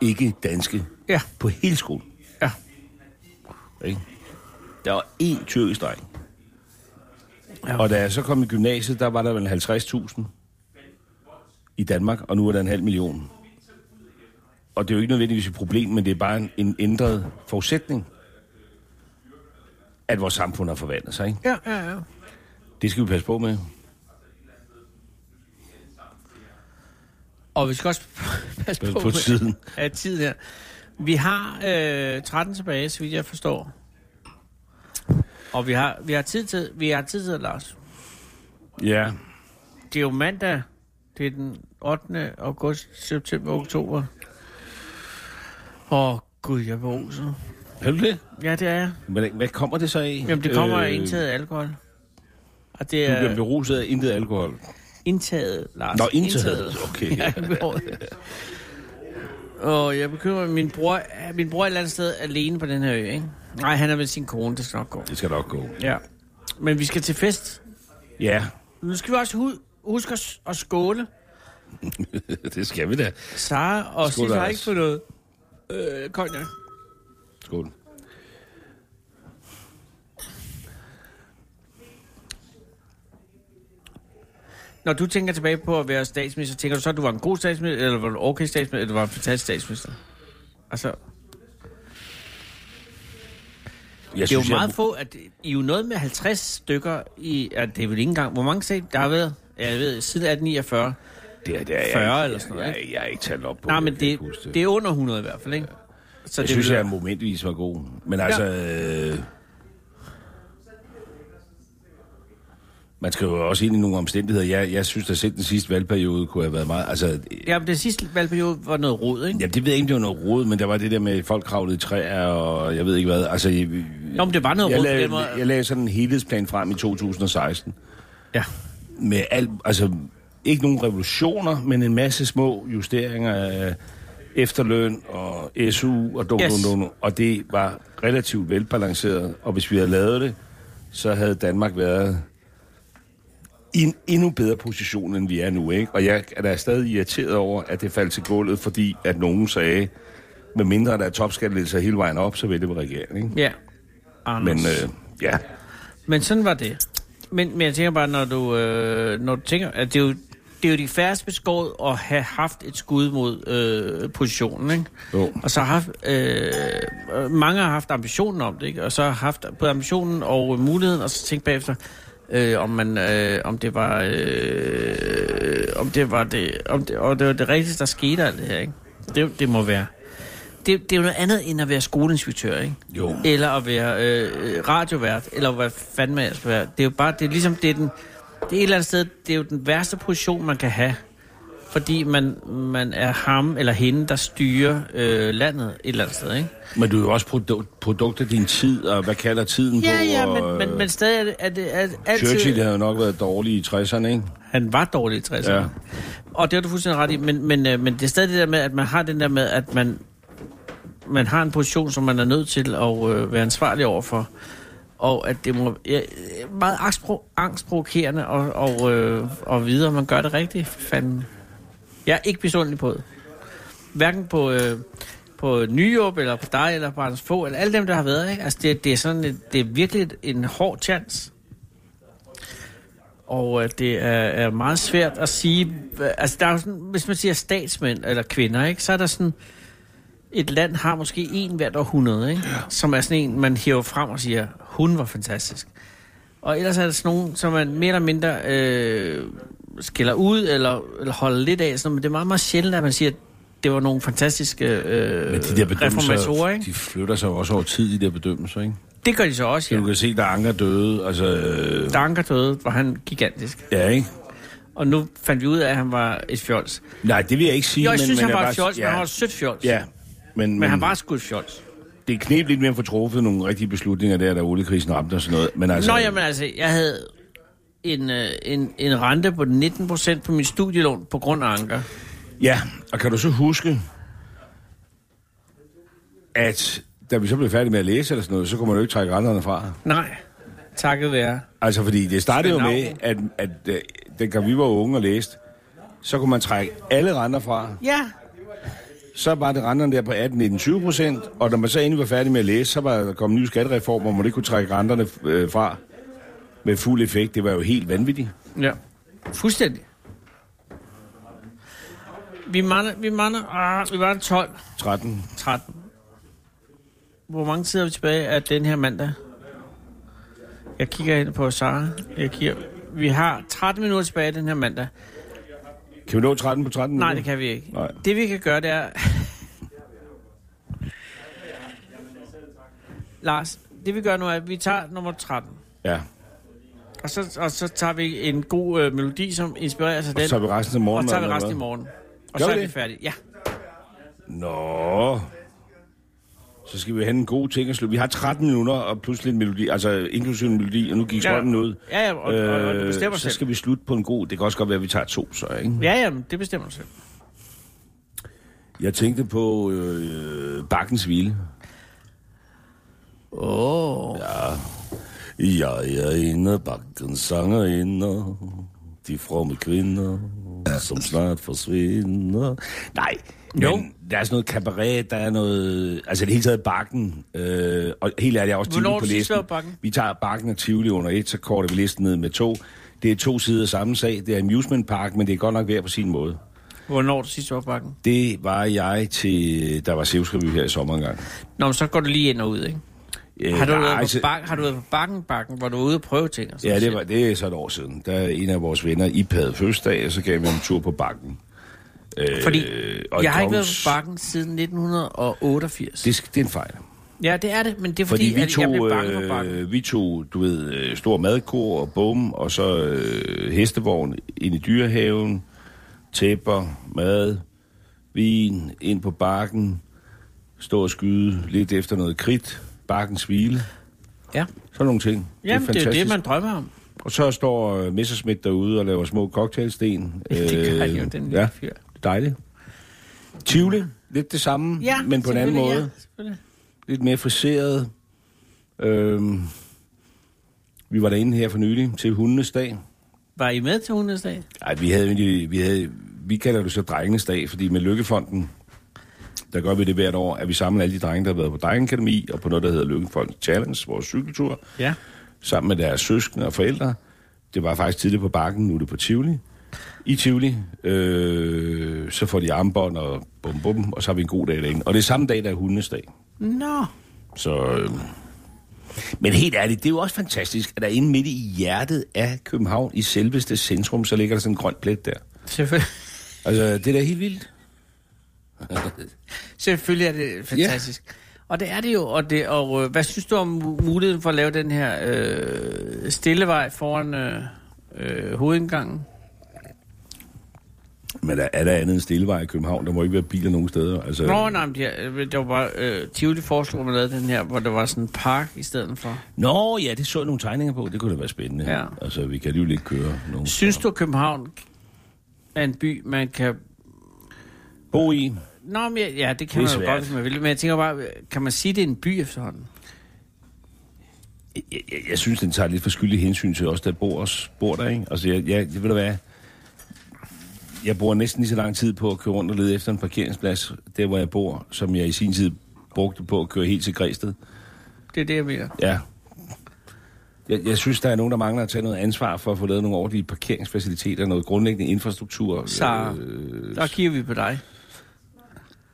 [SPEAKER 4] ikke danske
[SPEAKER 3] Ja.
[SPEAKER 4] på hele skolen.
[SPEAKER 3] Ja.
[SPEAKER 4] Ikke? Der var én tyrkisk dreng.
[SPEAKER 3] Ja.
[SPEAKER 4] Ja. Og da jeg så kom i gymnasiet, der var der vel 50.000 i Danmark, og nu er der en halv million. Og det er jo ikke nødvendigvis et problem, men det er bare en, en ændret forudsætning, at vores samfund har forvandlet sig. Ikke?
[SPEAKER 3] Ja, ja, ja.
[SPEAKER 4] Det skal vi passe på med.
[SPEAKER 3] Og vi skal også passe
[SPEAKER 4] Pas
[SPEAKER 3] på,
[SPEAKER 4] på
[SPEAKER 3] med-
[SPEAKER 4] tiden.
[SPEAKER 3] af tid her. Vi har øh, 13 tilbage, så vidt jeg forstår. Og vi har, vi har tid til, vi har tid til, Lars.
[SPEAKER 4] Ja.
[SPEAKER 3] Det er jo mandag. Det er den 8. august, september, oktober. Åh, gud, jeg beruser.
[SPEAKER 4] Hør du det?
[SPEAKER 3] Ja, det er jeg.
[SPEAKER 4] Hvad, hvad kommer det så af?
[SPEAKER 3] Jamen, det kommer af indtaget af alkohol. Og det
[SPEAKER 4] Øh. Du bliver
[SPEAKER 3] er
[SPEAKER 4] beruset af intet alkohol.
[SPEAKER 3] indtaget, Lars.
[SPEAKER 4] Nå, indtaget. Okay.
[SPEAKER 3] Ja, behovet. Og jeg bekymrer mig. min bror, min bror er et eller andet sted alene på den her ø, ikke? Nej, han er med sin kone, det skal nok gå.
[SPEAKER 4] Det skal nok gå.
[SPEAKER 3] Ja. Men vi skal til fest.
[SPEAKER 4] Ja,
[SPEAKER 3] Nu skal vi også hu- huske at, s- at skåle.
[SPEAKER 4] det skal vi da.
[SPEAKER 3] Sara og
[SPEAKER 4] Skål,
[SPEAKER 3] Sisse har
[SPEAKER 4] Lars.
[SPEAKER 3] ikke fået noget. Øh, konjak.
[SPEAKER 4] Skål.
[SPEAKER 3] Når du tænker tilbage på at være statsminister, tænker du så, at du var en god statsminister, eller var du en okay statsminister, eller var du en fantastisk statsminister? Altså...
[SPEAKER 4] Jeg
[SPEAKER 3] Det er jo
[SPEAKER 4] synes,
[SPEAKER 3] meget
[SPEAKER 4] jeg,
[SPEAKER 3] få, at I er jo noget med 50 stykker i, at det er vel ikke engang, hvor mange sag der har været, ja, jeg ved, siden 1849.
[SPEAKER 4] det, er- det er,
[SPEAKER 3] 40
[SPEAKER 4] jeg,
[SPEAKER 3] eller sådan noget,
[SPEAKER 4] Jeg, jeg, jeg, er ikke talt op på
[SPEAKER 3] Nej,
[SPEAKER 4] jeg
[SPEAKER 3] men
[SPEAKER 4] kan
[SPEAKER 3] det,
[SPEAKER 4] ikke huske
[SPEAKER 3] det er under 100 i hvert fald, ikke? Så
[SPEAKER 4] jeg
[SPEAKER 3] det
[SPEAKER 4] synes,
[SPEAKER 3] vil-
[SPEAKER 4] jeg momentvis var god. Men altså... Ja. Øh, man skal jo også ind i nogle omstændigheder. Jeg, jeg synes da selv, den sidste valgperiode kunne have været meget... Altså, øh,
[SPEAKER 3] Ja, men det sidste valgperiode var noget rod, ikke?
[SPEAKER 4] ja, det ved jeg ikke, om det var noget rod, men der var det der med, at folk kravlede i træer, og jeg ved ikke hvad. Altså, jeg,
[SPEAKER 3] Nå, men det var noget
[SPEAKER 4] jeg,
[SPEAKER 3] rod på
[SPEAKER 4] lagde,
[SPEAKER 3] den måde.
[SPEAKER 4] jeg lagde sådan en helhedsplan frem i 2016.
[SPEAKER 3] Ja.
[SPEAKER 4] med al, altså, ikke nogen revolutioner, men en masse små justeringer af efterløn og SU og dum,
[SPEAKER 3] Yes.
[SPEAKER 4] yes. dum, dum, og det var relativt velbalanceret, og hvis vi havde lavet det, så havde Danmark været i en endnu bedre position, end vi er nu, ikke? Og jeg er da stadig irriteret over, at det faldt til gulvet, fordi at nogen sagde, med mindre der er topskattelettelser hele vejen op, så vil det være regeringen, ikke?
[SPEAKER 3] Ja.
[SPEAKER 4] Men
[SPEAKER 3] Anders.
[SPEAKER 4] øh, ja,
[SPEAKER 3] Men sådan var det. Men, men jeg tænker bare, når du, øh, når du tænker, at det er jo, det er jo de færreste beskåret at have haft et skud mod øh, positionen, ikke?
[SPEAKER 4] Jo.
[SPEAKER 3] Og så har haft, øh, øh, mange har haft ambitionen om det, ikke? Og så har haft både ambitionen og øh, muligheden, og så tænkt bagefter, øh, om man, øh, om det var, øh, om det var det, om det, og det var det rigtigste, der skete alt det her, ikke? Det, det må være. Det, det er jo noget andet, end at være skoleinspektør, ikke?
[SPEAKER 4] Jo.
[SPEAKER 3] Eller at være øh, radiovært, eller hvad fanden man ellers skal være. Det er jo bare, det er ligesom, det er, den, det er et eller andet sted, det er jo den værste position, man kan have. Fordi man, man er ham eller hende, der styrer øh, landet et eller andet sted, ikke?
[SPEAKER 4] men du er jo også produkt, produkt af din tid, og hvad kalder tiden
[SPEAKER 3] Ja,
[SPEAKER 4] på?
[SPEAKER 3] ja, men,
[SPEAKER 4] og,
[SPEAKER 3] men, men stadig er det, er det er det altid...
[SPEAKER 4] Churchill havde jo nok været dårlig i 60'erne, ikke?
[SPEAKER 3] Han var dårlig i 60'erne. Ja.
[SPEAKER 4] Ja.
[SPEAKER 3] Og det har du fuldstændig ret i, men, men, øh, men det er stadig det der med, at man har den der med, at man, man har en position, som man er nødt til at øh, være ansvarlig overfor. Og at det må ja, øh, meget angstpro, angstprovokerende og, og, øh, og videre, om man gør det rigtigt. For Fanden. Jeg er ikke misundelig på det. Hverken på, øh, på Nyhjælp, eller på dig, eller på Anders Fogh, eller alle dem, der har været. Ikke? Altså, det, det, er sådan, et, det er virkelig et- en hård chance. Og øh, det er, er meget svært at sige... hva- Altså, der er jo sådan, hvis man siger statsmænd eller kvinder, ikke, så er der sådan... Et land har måske en hvert århundrede, ikke? som er sådan en, man hæver frem og siger, hun var fantastisk. Og ellers er der sådan nogen, som man mere eller mindre øh, skiller ud eller, eller holder lidt af. Sådan, noget, men det er meget, meget sjældent, at man siger, at det var nogle fantastiske øh,
[SPEAKER 4] Men de der bedømmelser,
[SPEAKER 3] reformatorer. Ikke?
[SPEAKER 4] de flytter sig jo også over tid, de der bedømmelser, ikke?
[SPEAKER 3] Det gør de så også,
[SPEAKER 4] Ja.
[SPEAKER 3] ja.
[SPEAKER 4] Du kan se, der er Anker døde, altså... øh,
[SPEAKER 3] Danker døde, var han gigantisk.
[SPEAKER 4] Ja, ikke?
[SPEAKER 3] Og nu fandt vi ud af, at han var et fjols.
[SPEAKER 4] Nej, det vil jeg ikke sige,
[SPEAKER 3] Jo, jeg
[SPEAKER 4] men...
[SPEAKER 3] synes,
[SPEAKER 4] men
[SPEAKER 3] han var
[SPEAKER 4] bare-
[SPEAKER 3] et fjols, men
[SPEAKER 4] ja.
[SPEAKER 3] han var et sødt fjols.
[SPEAKER 4] Ja, men,
[SPEAKER 3] Men han var sgu et fjols.
[SPEAKER 4] det knep lidt mere at få truffet nogle rigtige beslutninger der, da oliekrisen ramte og sådan noget. Men altså,
[SPEAKER 3] Nå, jamen altså, jeg havde en, øh, en, en rente på 19 procent på min studielån på grund af anker.
[SPEAKER 4] Ja, og kan du så huske, at da vi så blev færdige med at læse eller sådan noget, så kunne man jo ikke trække renterne fra.
[SPEAKER 3] Nej, takket være.
[SPEAKER 4] Altså, fordi det startede jo med,
[SPEAKER 3] Spændende.
[SPEAKER 4] at, at øh, dengang vi var unge og læste, så kunne man trække alle renter fra,
[SPEAKER 3] Ja,
[SPEAKER 4] så var det renterne der på 18-19-20 procent, og når man så endelig var færdig med at læse, så var der kommet en ny skattereform, hvor man ikke kunne trække renterne øh, fra med fuld effekt. Det var jo helt vanvittigt.
[SPEAKER 3] ja. Fuldstændig. Vi mangler, vi mangler, ah, vi var 12,
[SPEAKER 4] 13.
[SPEAKER 3] 13. Hvor mange tider er vi tilbage af den her mandag? Jeg kigger ind på Sara. Jeg kigger. Vi har 13 minutter tilbage af den her mandag.
[SPEAKER 4] Kan vi nå 13 på 13
[SPEAKER 3] Nej, det kan vi ikke.
[SPEAKER 4] Nej.
[SPEAKER 3] Det vi kan gøre, det er... Lars, det vi gør nu er, at vi tager nummer 13.
[SPEAKER 4] Ja,
[SPEAKER 3] Og så, og så tager vi en god øh, melodi, som inspirerer sig
[SPEAKER 4] og
[SPEAKER 3] den.
[SPEAKER 4] så tager vi resten af
[SPEAKER 3] og
[SPEAKER 4] morgenen.
[SPEAKER 3] så tager vi resten i morgen. Og
[SPEAKER 4] Gør
[SPEAKER 3] så
[SPEAKER 4] vi
[SPEAKER 3] er vi
[SPEAKER 4] det?
[SPEAKER 3] færdige. Ja.
[SPEAKER 4] Nå. Så skal vi have en god ting at slutte. Vi har 13 minutter og pludselig en melodi, altså inklusive en melodi, og nu gik
[SPEAKER 3] Ja.
[SPEAKER 4] strømmen ud. Øh,
[SPEAKER 3] Ja, ja, og- og- og du bestemmer
[SPEAKER 4] så
[SPEAKER 3] selv.
[SPEAKER 4] skal vi slutte på en god. Det kan også godt være, at vi tager to så, ikke?
[SPEAKER 3] Ja, jamen, det bestemmer du selv.
[SPEAKER 4] Jeg tænkte på øh, Bakkens Hvile.
[SPEAKER 3] Åh. Oh.
[SPEAKER 4] Jeg er inde, bakken sanger inde, de fromme kvinder, som snart forsvinder. Nej,
[SPEAKER 3] Jo.
[SPEAKER 4] jo. Men der er sådan noget cabaret, der er noget... Altså det hele taget bakken, øh, og helt ærligt, jeg er også
[SPEAKER 3] Hvornår har
[SPEAKER 4] Tivoli
[SPEAKER 3] du
[SPEAKER 4] på
[SPEAKER 3] sidst
[SPEAKER 4] listen.
[SPEAKER 3] været Bakken?
[SPEAKER 4] Vi tager bakken og Tivoli under et, så korter vi listen ned med to. Det er to sider af samme sag. Det er Amusement Park, men det er godt nok hver på sin måde.
[SPEAKER 3] Hvornår du sidst var på bakken?
[SPEAKER 4] Det var jeg til... Der var Sevskrevy her i sommer engang.
[SPEAKER 3] Nå, men så går du lige ind og ud, ikke?
[SPEAKER 4] Øh,
[SPEAKER 3] Har du,
[SPEAKER 4] nej,
[SPEAKER 3] været på
[SPEAKER 4] altså-
[SPEAKER 3] bak, har du været på bakken, bakken, hvor du var ude og prøve ting? Og sådan
[SPEAKER 4] Ja, det,
[SPEAKER 3] noget?
[SPEAKER 4] var, det er så et år siden. Der er en af vores venner, Ip havde fødselsdag, og så gav vi ham en tur på bakken. Øh,
[SPEAKER 3] Fordi
[SPEAKER 4] og
[SPEAKER 3] jeg har ikke været
[SPEAKER 4] Kongens-
[SPEAKER 3] på bakken siden 1988.
[SPEAKER 4] Det, sk- det er en fejl.
[SPEAKER 3] ja, det er det, men det er fordi,
[SPEAKER 4] Fordi, fordi vi,
[SPEAKER 3] at jeg blev
[SPEAKER 4] tog,
[SPEAKER 3] bange på bakken.
[SPEAKER 4] øh, vi tog, du ved, øh, stor madko og bum, og så øh, hestevogn ind i dyrehaven, tæpper, mad, vin, ind på bakken, stå og skyde lidt efter noget kridt, bakkens hvile,
[SPEAKER 3] Ja.
[SPEAKER 4] sådan nogle ting.
[SPEAKER 3] Jamen, det er, det, det, man drømmer om.
[SPEAKER 4] Og så står øh, Messerschmidt derude og laver små cocktailsten. Øh,
[SPEAKER 3] Det gør han jo, den lille
[SPEAKER 4] ja,
[SPEAKER 3] fyr.
[SPEAKER 4] dejligt. Tivoli, lidt det samme,
[SPEAKER 3] Ja,
[SPEAKER 4] men på en anden
[SPEAKER 3] selvfølgelig,
[SPEAKER 4] måde.
[SPEAKER 3] ja, selvfølgelig.
[SPEAKER 4] Lidt mere friseret. Øhm, vi var derinde her for nylig til hundenes dag.
[SPEAKER 3] Var I med til hundes dag?
[SPEAKER 4] Ej, vi havde, egentlig- vi havde, vi kalder det så drengenes dag, fordi med Lykkefonden, der gør vi det hvert år, at vi samler alle de drenge, der har været på Drengeakademi og på noget, der hedder Lykkefonden Challenge, vores cykeltur
[SPEAKER 3] Ja.
[SPEAKER 4] sammen med deres søskende og forældre. Det var faktisk tidligt på bakken, nu er det på Tivoli. I Tivoli, øh, så får de armbånd og bum bum, og så har vi en god dag derinde. Og det er samme dag, der er hundenes dag.
[SPEAKER 3] Nå.
[SPEAKER 4] Så, øh. Men helt ærligt, det er jo også fantastisk, at der inde midt i hjertet af København, i selveste centrum, så ligger der sådan en grøn plet der.
[SPEAKER 3] Selvfølgelig,
[SPEAKER 4] Altså, det er da helt vildt.
[SPEAKER 3] selvfølgelig er det fantastisk. Ja. Og det er det jo. Og, det, og øh, hvad synes du om mu- muligheden for at lave den her øh, stillevej foran øh, øh, hovedindgangen?
[SPEAKER 4] Men der er der andet end stillevej i København. Der må ikke være biler nogen steder. Altså,
[SPEAKER 3] Nå, nej, men det, er- øh, det var bare øh, Tivoli foreslog, at man lavede den her, hvor der var sådan en park i stedet for.
[SPEAKER 4] Nå, ja, det så jeg nogle tegninger på. Det kunne da være spændende.
[SPEAKER 3] Ja.
[SPEAKER 4] Altså, vi kan alligevel ikke køre nogen.
[SPEAKER 3] Synes du, at København er en by, man kan...
[SPEAKER 4] Bo i.
[SPEAKER 3] Nå, men ja, ja, det kan
[SPEAKER 4] Det
[SPEAKER 3] det
[SPEAKER 4] er
[SPEAKER 3] man jo
[SPEAKER 4] svært.
[SPEAKER 3] godt, hvis man vil. Men jeg tænker bare, kan man sige, at det er en by efterhånden?
[SPEAKER 4] jeg, jeg, jeg synes, den tager lidt forskellige hensyn til os, der bor, os, bor der, ikke? Altså, jeg, jeg, jeg ved du hvad, jeg bruger næsten lige så lang tid på at køre rundt og lede efter en parkeringsplads, der hvor jeg bor, som jeg i sin tid brugte på at køre helt til Græsted.
[SPEAKER 3] Det er det, jeg mener.
[SPEAKER 4] Ja. Jeg, jeg synes, der er nogen, der mangler at tage noget ansvar for at få lavet nogle ordentlige parkeringsfaciliteter, noget grundlæggende infrastruktur, øh,
[SPEAKER 3] Så der kigger vi på dig.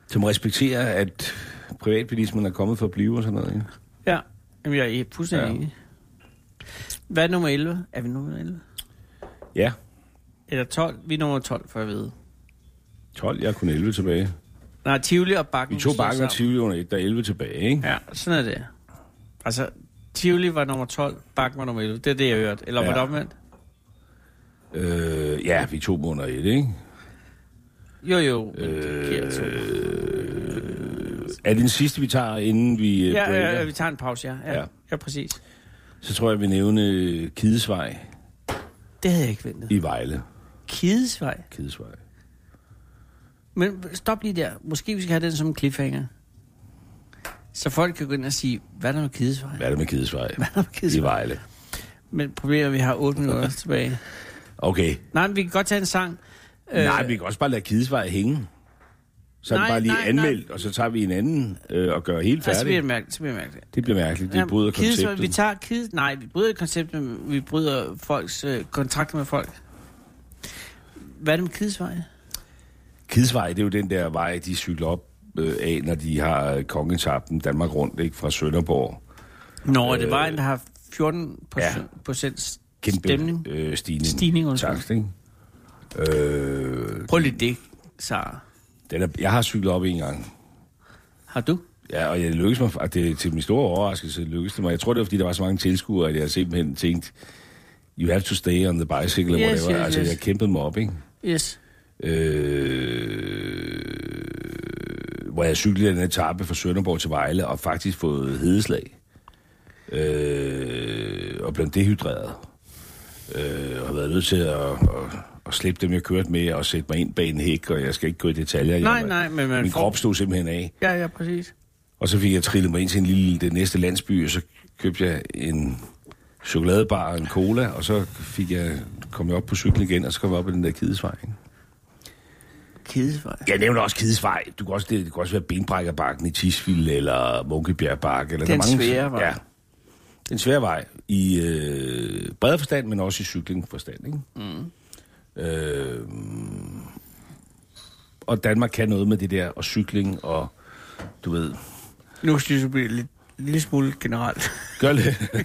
[SPEAKER 4] som respekterer, at privatbilismen er kommet for at blive og sådan noget. Ikke?
[SPEAKER 3] Ja, Jamen, jeg er fuldstændig
[SPEAKER 4] Ja.
[SPEAKER 3] ja. enig. Hvad er nummer 11? Er vi nummer 11?
[SPEAKER 4] Ja,
[SPEAKER 3] Eller 12? Vi er nummer 12, for jeg ved.
[SPEAKER 4] 12, jeg er kun 11 tilbage.
[SPEAKER 3] Nej, Tivoli og Bakken.
[SPEAKER 4] Vi tog
[SPEAKER 3] slår
[SPEAKER 4] bakken og
[SPEAKER 3] sammen.
[SPEAKER 4] Tivoli under et, der er 11 tilbage, ikke?
[SPEAKER 3] Ja, sådan er det. Altså, Tivoli var nummer 12, Bakken var nummer 11. Det er det, jeg hørte. Eller var
[SPEAKER 4] Ja.
[SPEAKER 3] det omvendt?
[SPEAKER 4] Øh, ja, vi er to måneder i det, ikke?
[SPEAKER 3] Jo, jo. men det er
[SPEAKER 4] Øh,
[SPEAKER 3] forkert, så.
[SPEAKER 4] Er det den sidste, vi tager, inden vi ja,
[SPEAKER 3] Ja,
[SPEAKER 4] breaker?
[SPEAKER 3] ja, ja, vi tager en pause, ja. Ja,
[SPEAKER 4] Ja.
[SPEAKER 3] ja. ja præcis.
[SPEAKER 4] Så tror jeg, vi nævner øh, Kidesvej
[SPEAKER 3] Det havde jeg ikke ventet.
[SPEAKER 4] i Vejle.
[SPEAKER 3] Kidesvej.
[SPEAKER 4] Kidesvej.
[SPEAKER 3] Men stop lige der. Måske vi skal have den som en cliffhanger. Så folk kan gå ind og sige, hvad er der med Kidesvej?
[SPEAKER 4] Hvad er det med Kidesvej?
[SPEAKER 3] Hvad er der med
[SPEAKER 4] I
[SPEAKER 3] Kidesvej?
[SPEAKER 4] Vejle.
[SPEAKER 3] Men problemet er, at vi har 8 minutter tilbage.
[SPEAKER 4] Okay.
[SPEAKER 3] Nej, men vi kan godt tage en sang.
[SPEAKER 4] Øh, nej, vi kan også bare lade Kidesvej hænge. Så er det
[SPEAKER 3] Nej,
[SPEAKER 4] bare lige
[SPEAKER 3] nej,
[SPEAKER 4] anmeldt, og så tager vi en anden øh, og gør helt
[SPEAKER 3] Altså, så
[SPEAKER 4] færdig.
[SPEAKER 3] bliver det mærkeligt. Så bliver det mærkeligt.
[SPEAKER 4] Det bliver mærkeligt. Det
[SPEAKER 3] Jamen,
[SPEAKER 4] bryder
[SPEAKER 3] Kidesvej-
[SPEAKER 4] konceptet.
[SPEAKER 3] Vi tager kid... Nej, vi bryder ikke konceptet, men vi bryder folks øh, kontrakter med folk. Hvad er det med Kidesvej?
[SPEAKER 4] Kidesvej, det er jo den der vej, de cykler op øh, af, når de har øh, kongetabten Danmark rundt, ikke? Fra Sønderborg.
[SPEAKER 3] Nå, øh, det var en, der har 14 procent ja,
[SPEAKER 4] Kæmpe
[SPEAKER 3] stemning.
[SPEAKER 4] Øh, stigning.
[SPEAKER 3] Stigning, undskyld.
[SPEAKER 4] Takst, ikke? Øh,
[SPEAKER 3] Prøv lige det, Sara.
[SPEAKER 4] Den er, jeg har cyklet op en gang.
[SPEAKER 3] Har du?
[SPEAKER 4] Ja, og jeg lykkedes mig, og det, til min store overraskelse lykkedes det mig. Jeg tror, det var, fordi der var så mange tilskuere, at jeg simpelthen tænkte, you have to stay on the bicycle, eller
[SPEAKER 3] Yes,
[SPEAKER 4] whatever.
[SPEAKER 3] yes,
[SPEAKER 4] altså,
[SPEAKER 3] yes.
[SPEAKER 4] jeg kæmpede mig op, ikke?
[SPEAKER 3] Yes.
[SPEAKER 4] Øh, hvor jeg cyklede den etape fra Sønderborg til Vejle, og faktisk fået hedeslag. Øh, og blev dehydreret. Øh, og har været nødt til at, at, at slippe dem, jeg kørte med, og sætte mig ind bag en hæk, og jeg skal ikke gå i detaljer.
[SPEAKER 3] Nej,
[SPEAKER 4] jeg,
[SPEAKER 3] nej, men man
[SPEAKER 4] Min
[SPEAKER 3] får-
[SPEAKER 4] krop stod simpelthen af.
[SPEAKER 3] Ja, ja, præcis.
[SPEAKER 4] Og så fik jeg trillet mig ind til en lille, det næste landsby, og så købte jeg en chokoladebar og en cola, og så fik jeg, kom jeg op på cyklen igen, og så kom jeg op ad den der kidesvej. Ikke?
[SPEAKER 3] Kidesvej.
[SPEAKER 4] Jeg nævner også kidesvej. Du kan også, det, det kan også være benbrækkerbakken i Tisvild, eller Munkebjergbakke. Eller
[SPEAKER 3] Den
[SPEAKER 4] der er mange,
[SPEAKER 3] svære vej.
[SPEAKER 4] Ja, den svære vej. I øh, bred forstand, men også i cyklingforstand. Ikke? Mm. Øh, og Danmark kan noget med det der, og cykling, og du ved,
[SPEAKER 3] Nu synes jeg, du bliver lidt en lille smule generelt.
[SPEAKER 4] Gør det. Ja,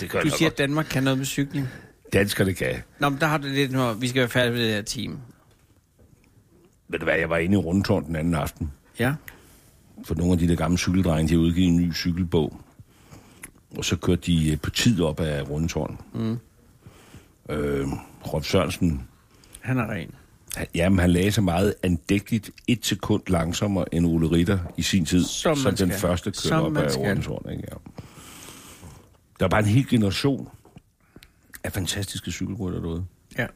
[SPEAKER 4] det gør
[SPEAKER 3] Du
[SPEAKER 4] det
[SPEAKER 3] siger,
[SPEAKER 4] siger...
[SPEAKER 3] at Danmark kan noget med cykling.
[SPEAKER 4] Danskerne kan.
[SPEAKER 3] Nå, men der har du lidt, når vi skal være færdige med det her time.
[SPEAKER 4] Ved du hvad, jeg var inde i Rundtårn den anden aften.
[SPEAKER 3] Ja.
[SPEAKER 4] For nogle af de der gamle cykeldrenge, de har udgivet en ny cykelbog. Og så kørte de øh, på tid op af Rundtårn. Mm. Øh, Rob Sørensen,
[SPEAKER 3] Han er ren.
[SPEAKER 4] Han, jamen, han lagde sig meget andægtigt et sekund langsommere end Ole Ritter i sin tid,
[SPEAKER 3] Som
[SPEAKER 4] som,
[SPEAKER 3] man
[SPEAKER 4] den
[SPEAKER 3] skal.
[SPEAKER 4] første
[SPEAKER 3] Som
[SPEAKER 4] kører op
[SPEAKER 3] man
[SPEAKER 4] af
[SPEAKER 3] skal.
[SPEAKER 4] Rundtårn. Ikke? Ja. Der er bare en hel generation af fantastiske cykelrytter derude.
[SPEAKER 3] Ja.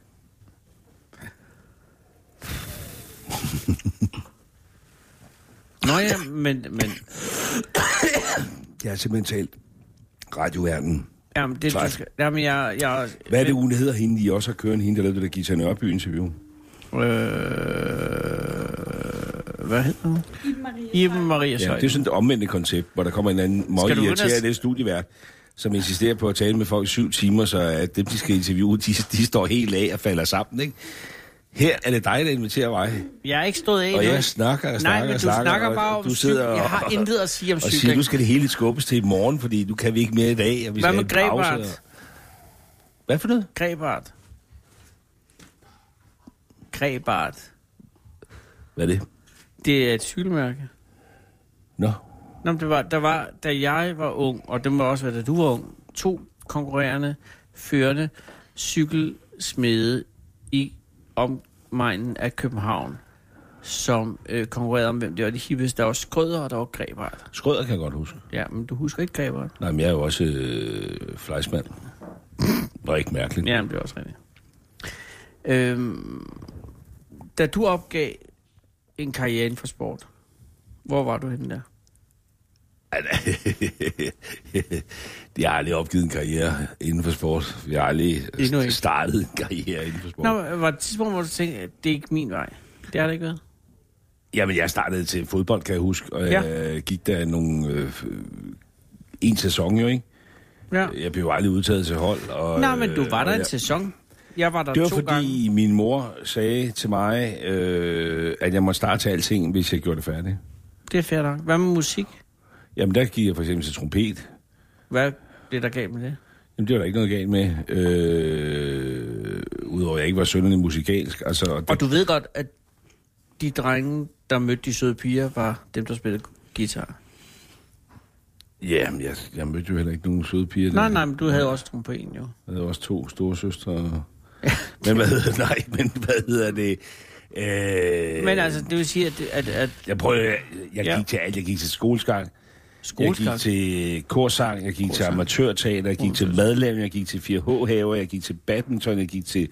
[SPEAKER 3] Nå ja, men, men
[SPEAKER 4] Jeg er simpelthen talt radioverden.
[SPEAKER 3] jamen, det, du
[SPEAKER 4] Tak.
[SPEAKER 3] skal, jamen, jeg, jeg,
[SPEAKER 4] Hvad er det, hun hedder hende, I også har kørt hende, der lavede det der Gita Nørby-interview?
[SPEAKER 3] Øh, hvad hedder hun?
[SPEAKER 8] Iben Marie.
[SPEAKER 3] Iben Maria
[SPEAKER 4] Ja,
[SPEAKER 3] Søj.
[SPEAKER 4] det er sådan et omvendte koncept, hvor der kommer en anden meget
[SPEAKER 3] Skal du begynde at-
[SPEAKER 4] irriterende studievært, som insisterer på at tale med folk i syv timer, så at dem, de skal interviewe, de, de står helt af og falder sammen, ikke? Her er det dig, der inviterer mig.
[SPEAKER 3] Jeg har ikke stået af
[SPEAKER 4] Og
[SPEAKER 3] endnu.
[SPEAKER 4] jeg snakker og snakker
[SPEAKER 3] Nej, men
[SPEAKER 4] og
[SPEAKER 3] du
[SPEAKER 4] snakker,
[SPEAKER 3] snakker
[SPEAKER 4] og
[SPEAKER 3] bare om
[SPEAKER 4] du sidder
[SPEAKER 3] cykling. Jeg har
[SPEAKER 4] og-
[SPEAKER 3] intet at sige om
[SPEAKER 4] Og siger,
[SPEAKER 3] cykling.
[SPEAKER 4] nu skal det hele skubbes til i morgen, fordi nu kan vi ikke mere i dag, og vi
[SPEAKER 3] Hvad
[SPEAKER 4] skal
[SPEAKER 3] med
[SPEAKER 4] have en pause.
[SPEAKER 3] Grebart?
[SPEAKER 4] Og... Hvad for noget?
[SPEAKER 3] Grebart. Grebart.
[SPEAKER 4] Hvad er det?
[SPEAKER 3] Det er et cykelmærke.
[SPEAKER 4] Nå,
[SPEAKER 3] Nå, men det var, der var, da jeg var ung, og det må også være, da du var ung, to konkurrerende, førende cykelsmede i omegnen af København, som øh, konkurrerede om, hvem det var det hippeste. Der var Skrøder, og der var Grebart.
[SPEAKER 4] Skrøder kan jeg godt huske.
[SPEAKER 3] Ja, men du husker ikke Grebart?
[SPEAKER 4] Nej, men jeg er jo også øh, flejsmand. Det var ikke mærkeligt.
[SPEAKER 3] Ja, men det er også rigtigt. Øhm, da du opgav en karriere inden for sport, hvor var du henne der?
[SPEAKER 4] Ej, nej. jeg har aldrig opgivet en karriere inden for sport. Jeg har aldrig
[SPEAKER 3] Endnu ikke.
[SPEAKER 4] startet en karriere inden for sport.
[SPEAKER 3] Nå, var det et tidspunkt, hvor du tænkte, at det er ikke min vej? Det har det ikke været?
[SPEAKER 4] Jamen, jeg startede til fodbold, kan jeg huske, og jeg ja. gik der nogle... Øh, en sæson jo, ikke?
[SPEAKER 3] Ja.
[SPEAKER 4] Jeg blev jo aldrig udtaget til hold. Og,
[SPEAKER 3] Nå, men du var
[SPEAKER 4] øh,
[SPEAKER 3] der
[SPEAKER 4] og
[SPEAKER 3] en
[SPEAKER 4] jeg-
[SPEAKER 3] sæson. Jeg var der
[SPEAKER 4] Det var
[SPEAKER 3] to
[SPEAKER 4] fordi
[SPEAKER 3] gange.
[SPEAKER 4] min mor sagde til mig, øh, at jeg måtte starte til alting, hvis jeg gjorde det færdigt.
[SPEAKER 3] Det er fair nok. Hvad med musik?
[SPEAKER 4] Jamen, der gik jeg for eksempel til trompet.
[SPEAKER 3] Hvad blev der galt med det?
[SPEAKER 4] Jamen, det var der ikke noget galt med. Øh, udover at jeg ikke var sønderlig musikalsk. Altså, og det,
[SPEAKER 3] Og du ved godt, at de drenge, der mødte de søde piger, var dem, der spillede guitar.
[SPEAKER 4] Jamen, jeg, jeg mødte jo heller ikke nogen søde piger.
[SPEAKER 3] Nej,
[SPEAKER 4] der-
[SPEAKER 3] nej, men du havde også trompeten jo.
[SPEAKER 4] Jeg havde også to store søstre. men hvad hedder, nej, men hvad hedder det? Øh,
[SPEAKER 3] Men altså, det vil sige, at, at, at
[SPEAKER 4] Jeg prøvede, jeg, jeg
[SPEAKER 3] Ja.
[SPEAKER 4] gik til alt. Jeg gik til skoleskang. Jeg gik
[SPEAKER 3] skoleskak...
[SPEAKER 4] til korsang, jeg gik til amatørteater, jeg gik til madlavning, jeg gik til 4H-haver, jeg gik til badminton, jeg gik til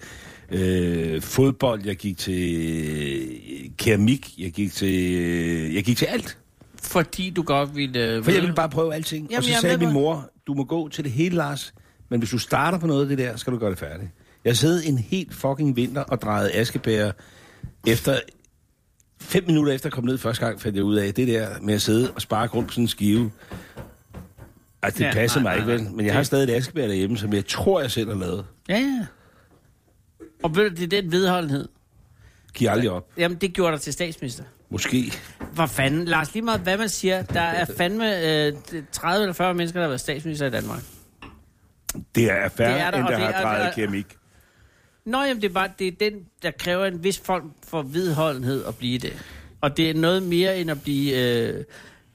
[SPEAKER 4] øh, fodbold, jeg gik til øh, keramik, jeg gik til, øh, jeg gik til alt.
[SPEAKER 3] Fordi du godt ville... øh,
[SPEAKER 4] For jeg
[SPEAKER 3] vide-
[SPEAKER 4] ville bare prøve alting.
[SPEAKER 3] Jamen,
[SPEAKER 4] og så
[SPEAKER 3] jeg
[SPEAKER 4] sagde
[SPEAKER 3] ved
[SPEAKER 4] min
[SPEAKER 3] godt.
[SPEAKER 4] mor, du må gå til det hele, Lars, men hvis du starter på noget af det der, skal du gøre det færdigt. Jeg sad en helt fucking vinter og drejede askebæger. Efter fem minutter efter at komme ned første gang, fandt jeg ud af, at det der med at sidde og sparke rundt på sådan en skive, altså det
[SPEAKER 3] Ja,
[SPEAKER 4] ja, passer
[SPEAKER 3] nej,
[SPEAKER 4] mig
[SPEAKER 3] nej,
[SPEAKER 4] ikke,
[SPEAKER 3] nej.
[SPEAKER 4] vel? Men jeg har stadig et askebær derhjemme, som jeg tror, jeg selv har lavet.
[SPEAKER 3] Ja, ja. Og ved du, det er den vedholdenhed.
[SPEAKER 4] Giv aldrig op.
[SPEAKER 3] Jamen, det gjorde dig til statsminister.
[SPEAKER 4] Måske.
[SPEAKER 3] Hvor fanden, Lars, lige meget hvad man siger, der er fandme øh, 30 eller 40 mennesker, der har været statsminister i Danmark.
[SPEAKER 4] Det er færre,
[SPEAKER 3] Det er der,
[SPEAKER 4] end
[SPEAKER 3] og
[SPEAKER 4] der
[SPEAKER 3] det
[SPEAKER 4] har
[SPEAKER 3] er-
[SPEAKER 4] drejet
[SPEAKER 3] og-
[SPEAKER 4] keramik.
[SPEAKER 3] Nå, jamen, det er, bare, det er den, der kræver en vis form for vedholdenhed at blive det. Og det er noget mere end at blive øh,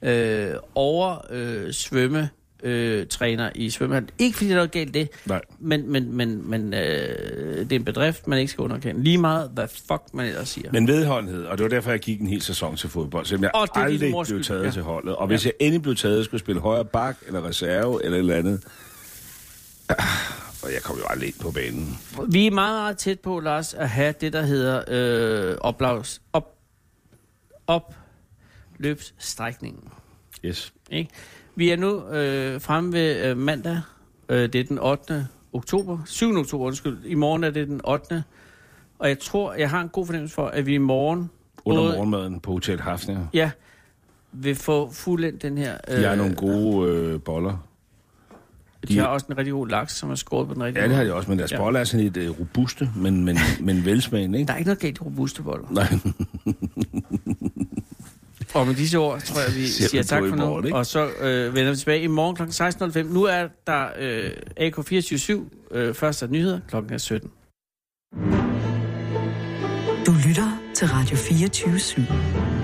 [SPEAKER 3] øh, over øh, svømme øh, træner i svømmehallen. Ikke fordi der er noget galt i det,
[SPEAKER 4] Nej.
[SPEAKER 3] men, men, men, men øh, det er en bedrift, man ikke skal underkende. Lige meget, hvad fuck man ellers siger. Men,
[SPEAKER 4] Men vedholdenhed, og det var derfor, jeg gik en hel sæson til fodbold, selvom jeg
[SPEAKER 3] Og det er din
[SPEAKER 4] aldrig
[SPEAKER 3] mors skyld,
[SPEAKER 4] blev taget
[SPEAKER 3] ja.
[SPEAKER 4] ja. til holdet. Og hvis jeg endelig blev taget, skulle jeg spille højre bak eller reserve eller et eller andet. Ah, Og jeg kom jo aldrig ind på banen.
[SPEAKER 3] Vi er meget, meget tæt på, Lars, at have det, der hedder øh, oplags, op, opløbsstrækningen.
[SPEAKER 4] Yes.
[SPEAKER 3] Ikke? Vi er nu øh, fremme ved øh, mandag. Øh, det er den 8. oktober. 7. oktober, undskyld. I morgen er det den 8. Og jeg tror, jeg har en god fornemmelse for, at vi i morgen...
[SPEAKER 4] Under
[SPEAKER 3] både-
[SPEAKER 4] morgenmaden på Hotel Hafner.
[SPEAKER 3] Ja, vil få fuldendt den her... Øh,
[SPEAKER 4] De har nogle gode øh, boller.
[SPEAKER 3] De har også en rigtig god laks, som er skåret på den rigtige
[SPEAKER 4] Ja, det har
[SPEAKER 3] måde.
[SPEAKER 4] de også, men deres
[SPEAKER 3] Ja.
[SPEAKER 4] ja. boller er sådan lidt øh, robuste, men, men, men velsmagende, ikke?
[SPEAKER 3] Der er ikke noget galt i robuste boller.
[SPEAKER 4] Nej.
[SPEAKER 3] Og med disse ord, tror jeg, vi
[SPEAKER 4] Ser
[SPEAKER 3] siger
[SPEAKER 4] vi
[SPEAKER 3] tak
[SPEAKER 4] på i
[SPEAKER 3] for
[SPEAKER 4] morgen,
[SPEAKER 3] nu.
[SPEAKER 4] ikke?
[SPEAKER 3] Og så øh, vender vi tilbage i morgen kl. 16.05. Nu er der øh, AK24-7, øh, første nyheder, klokken er 17.
[SPEAKER 1] Du lytter til Radio 24 /7.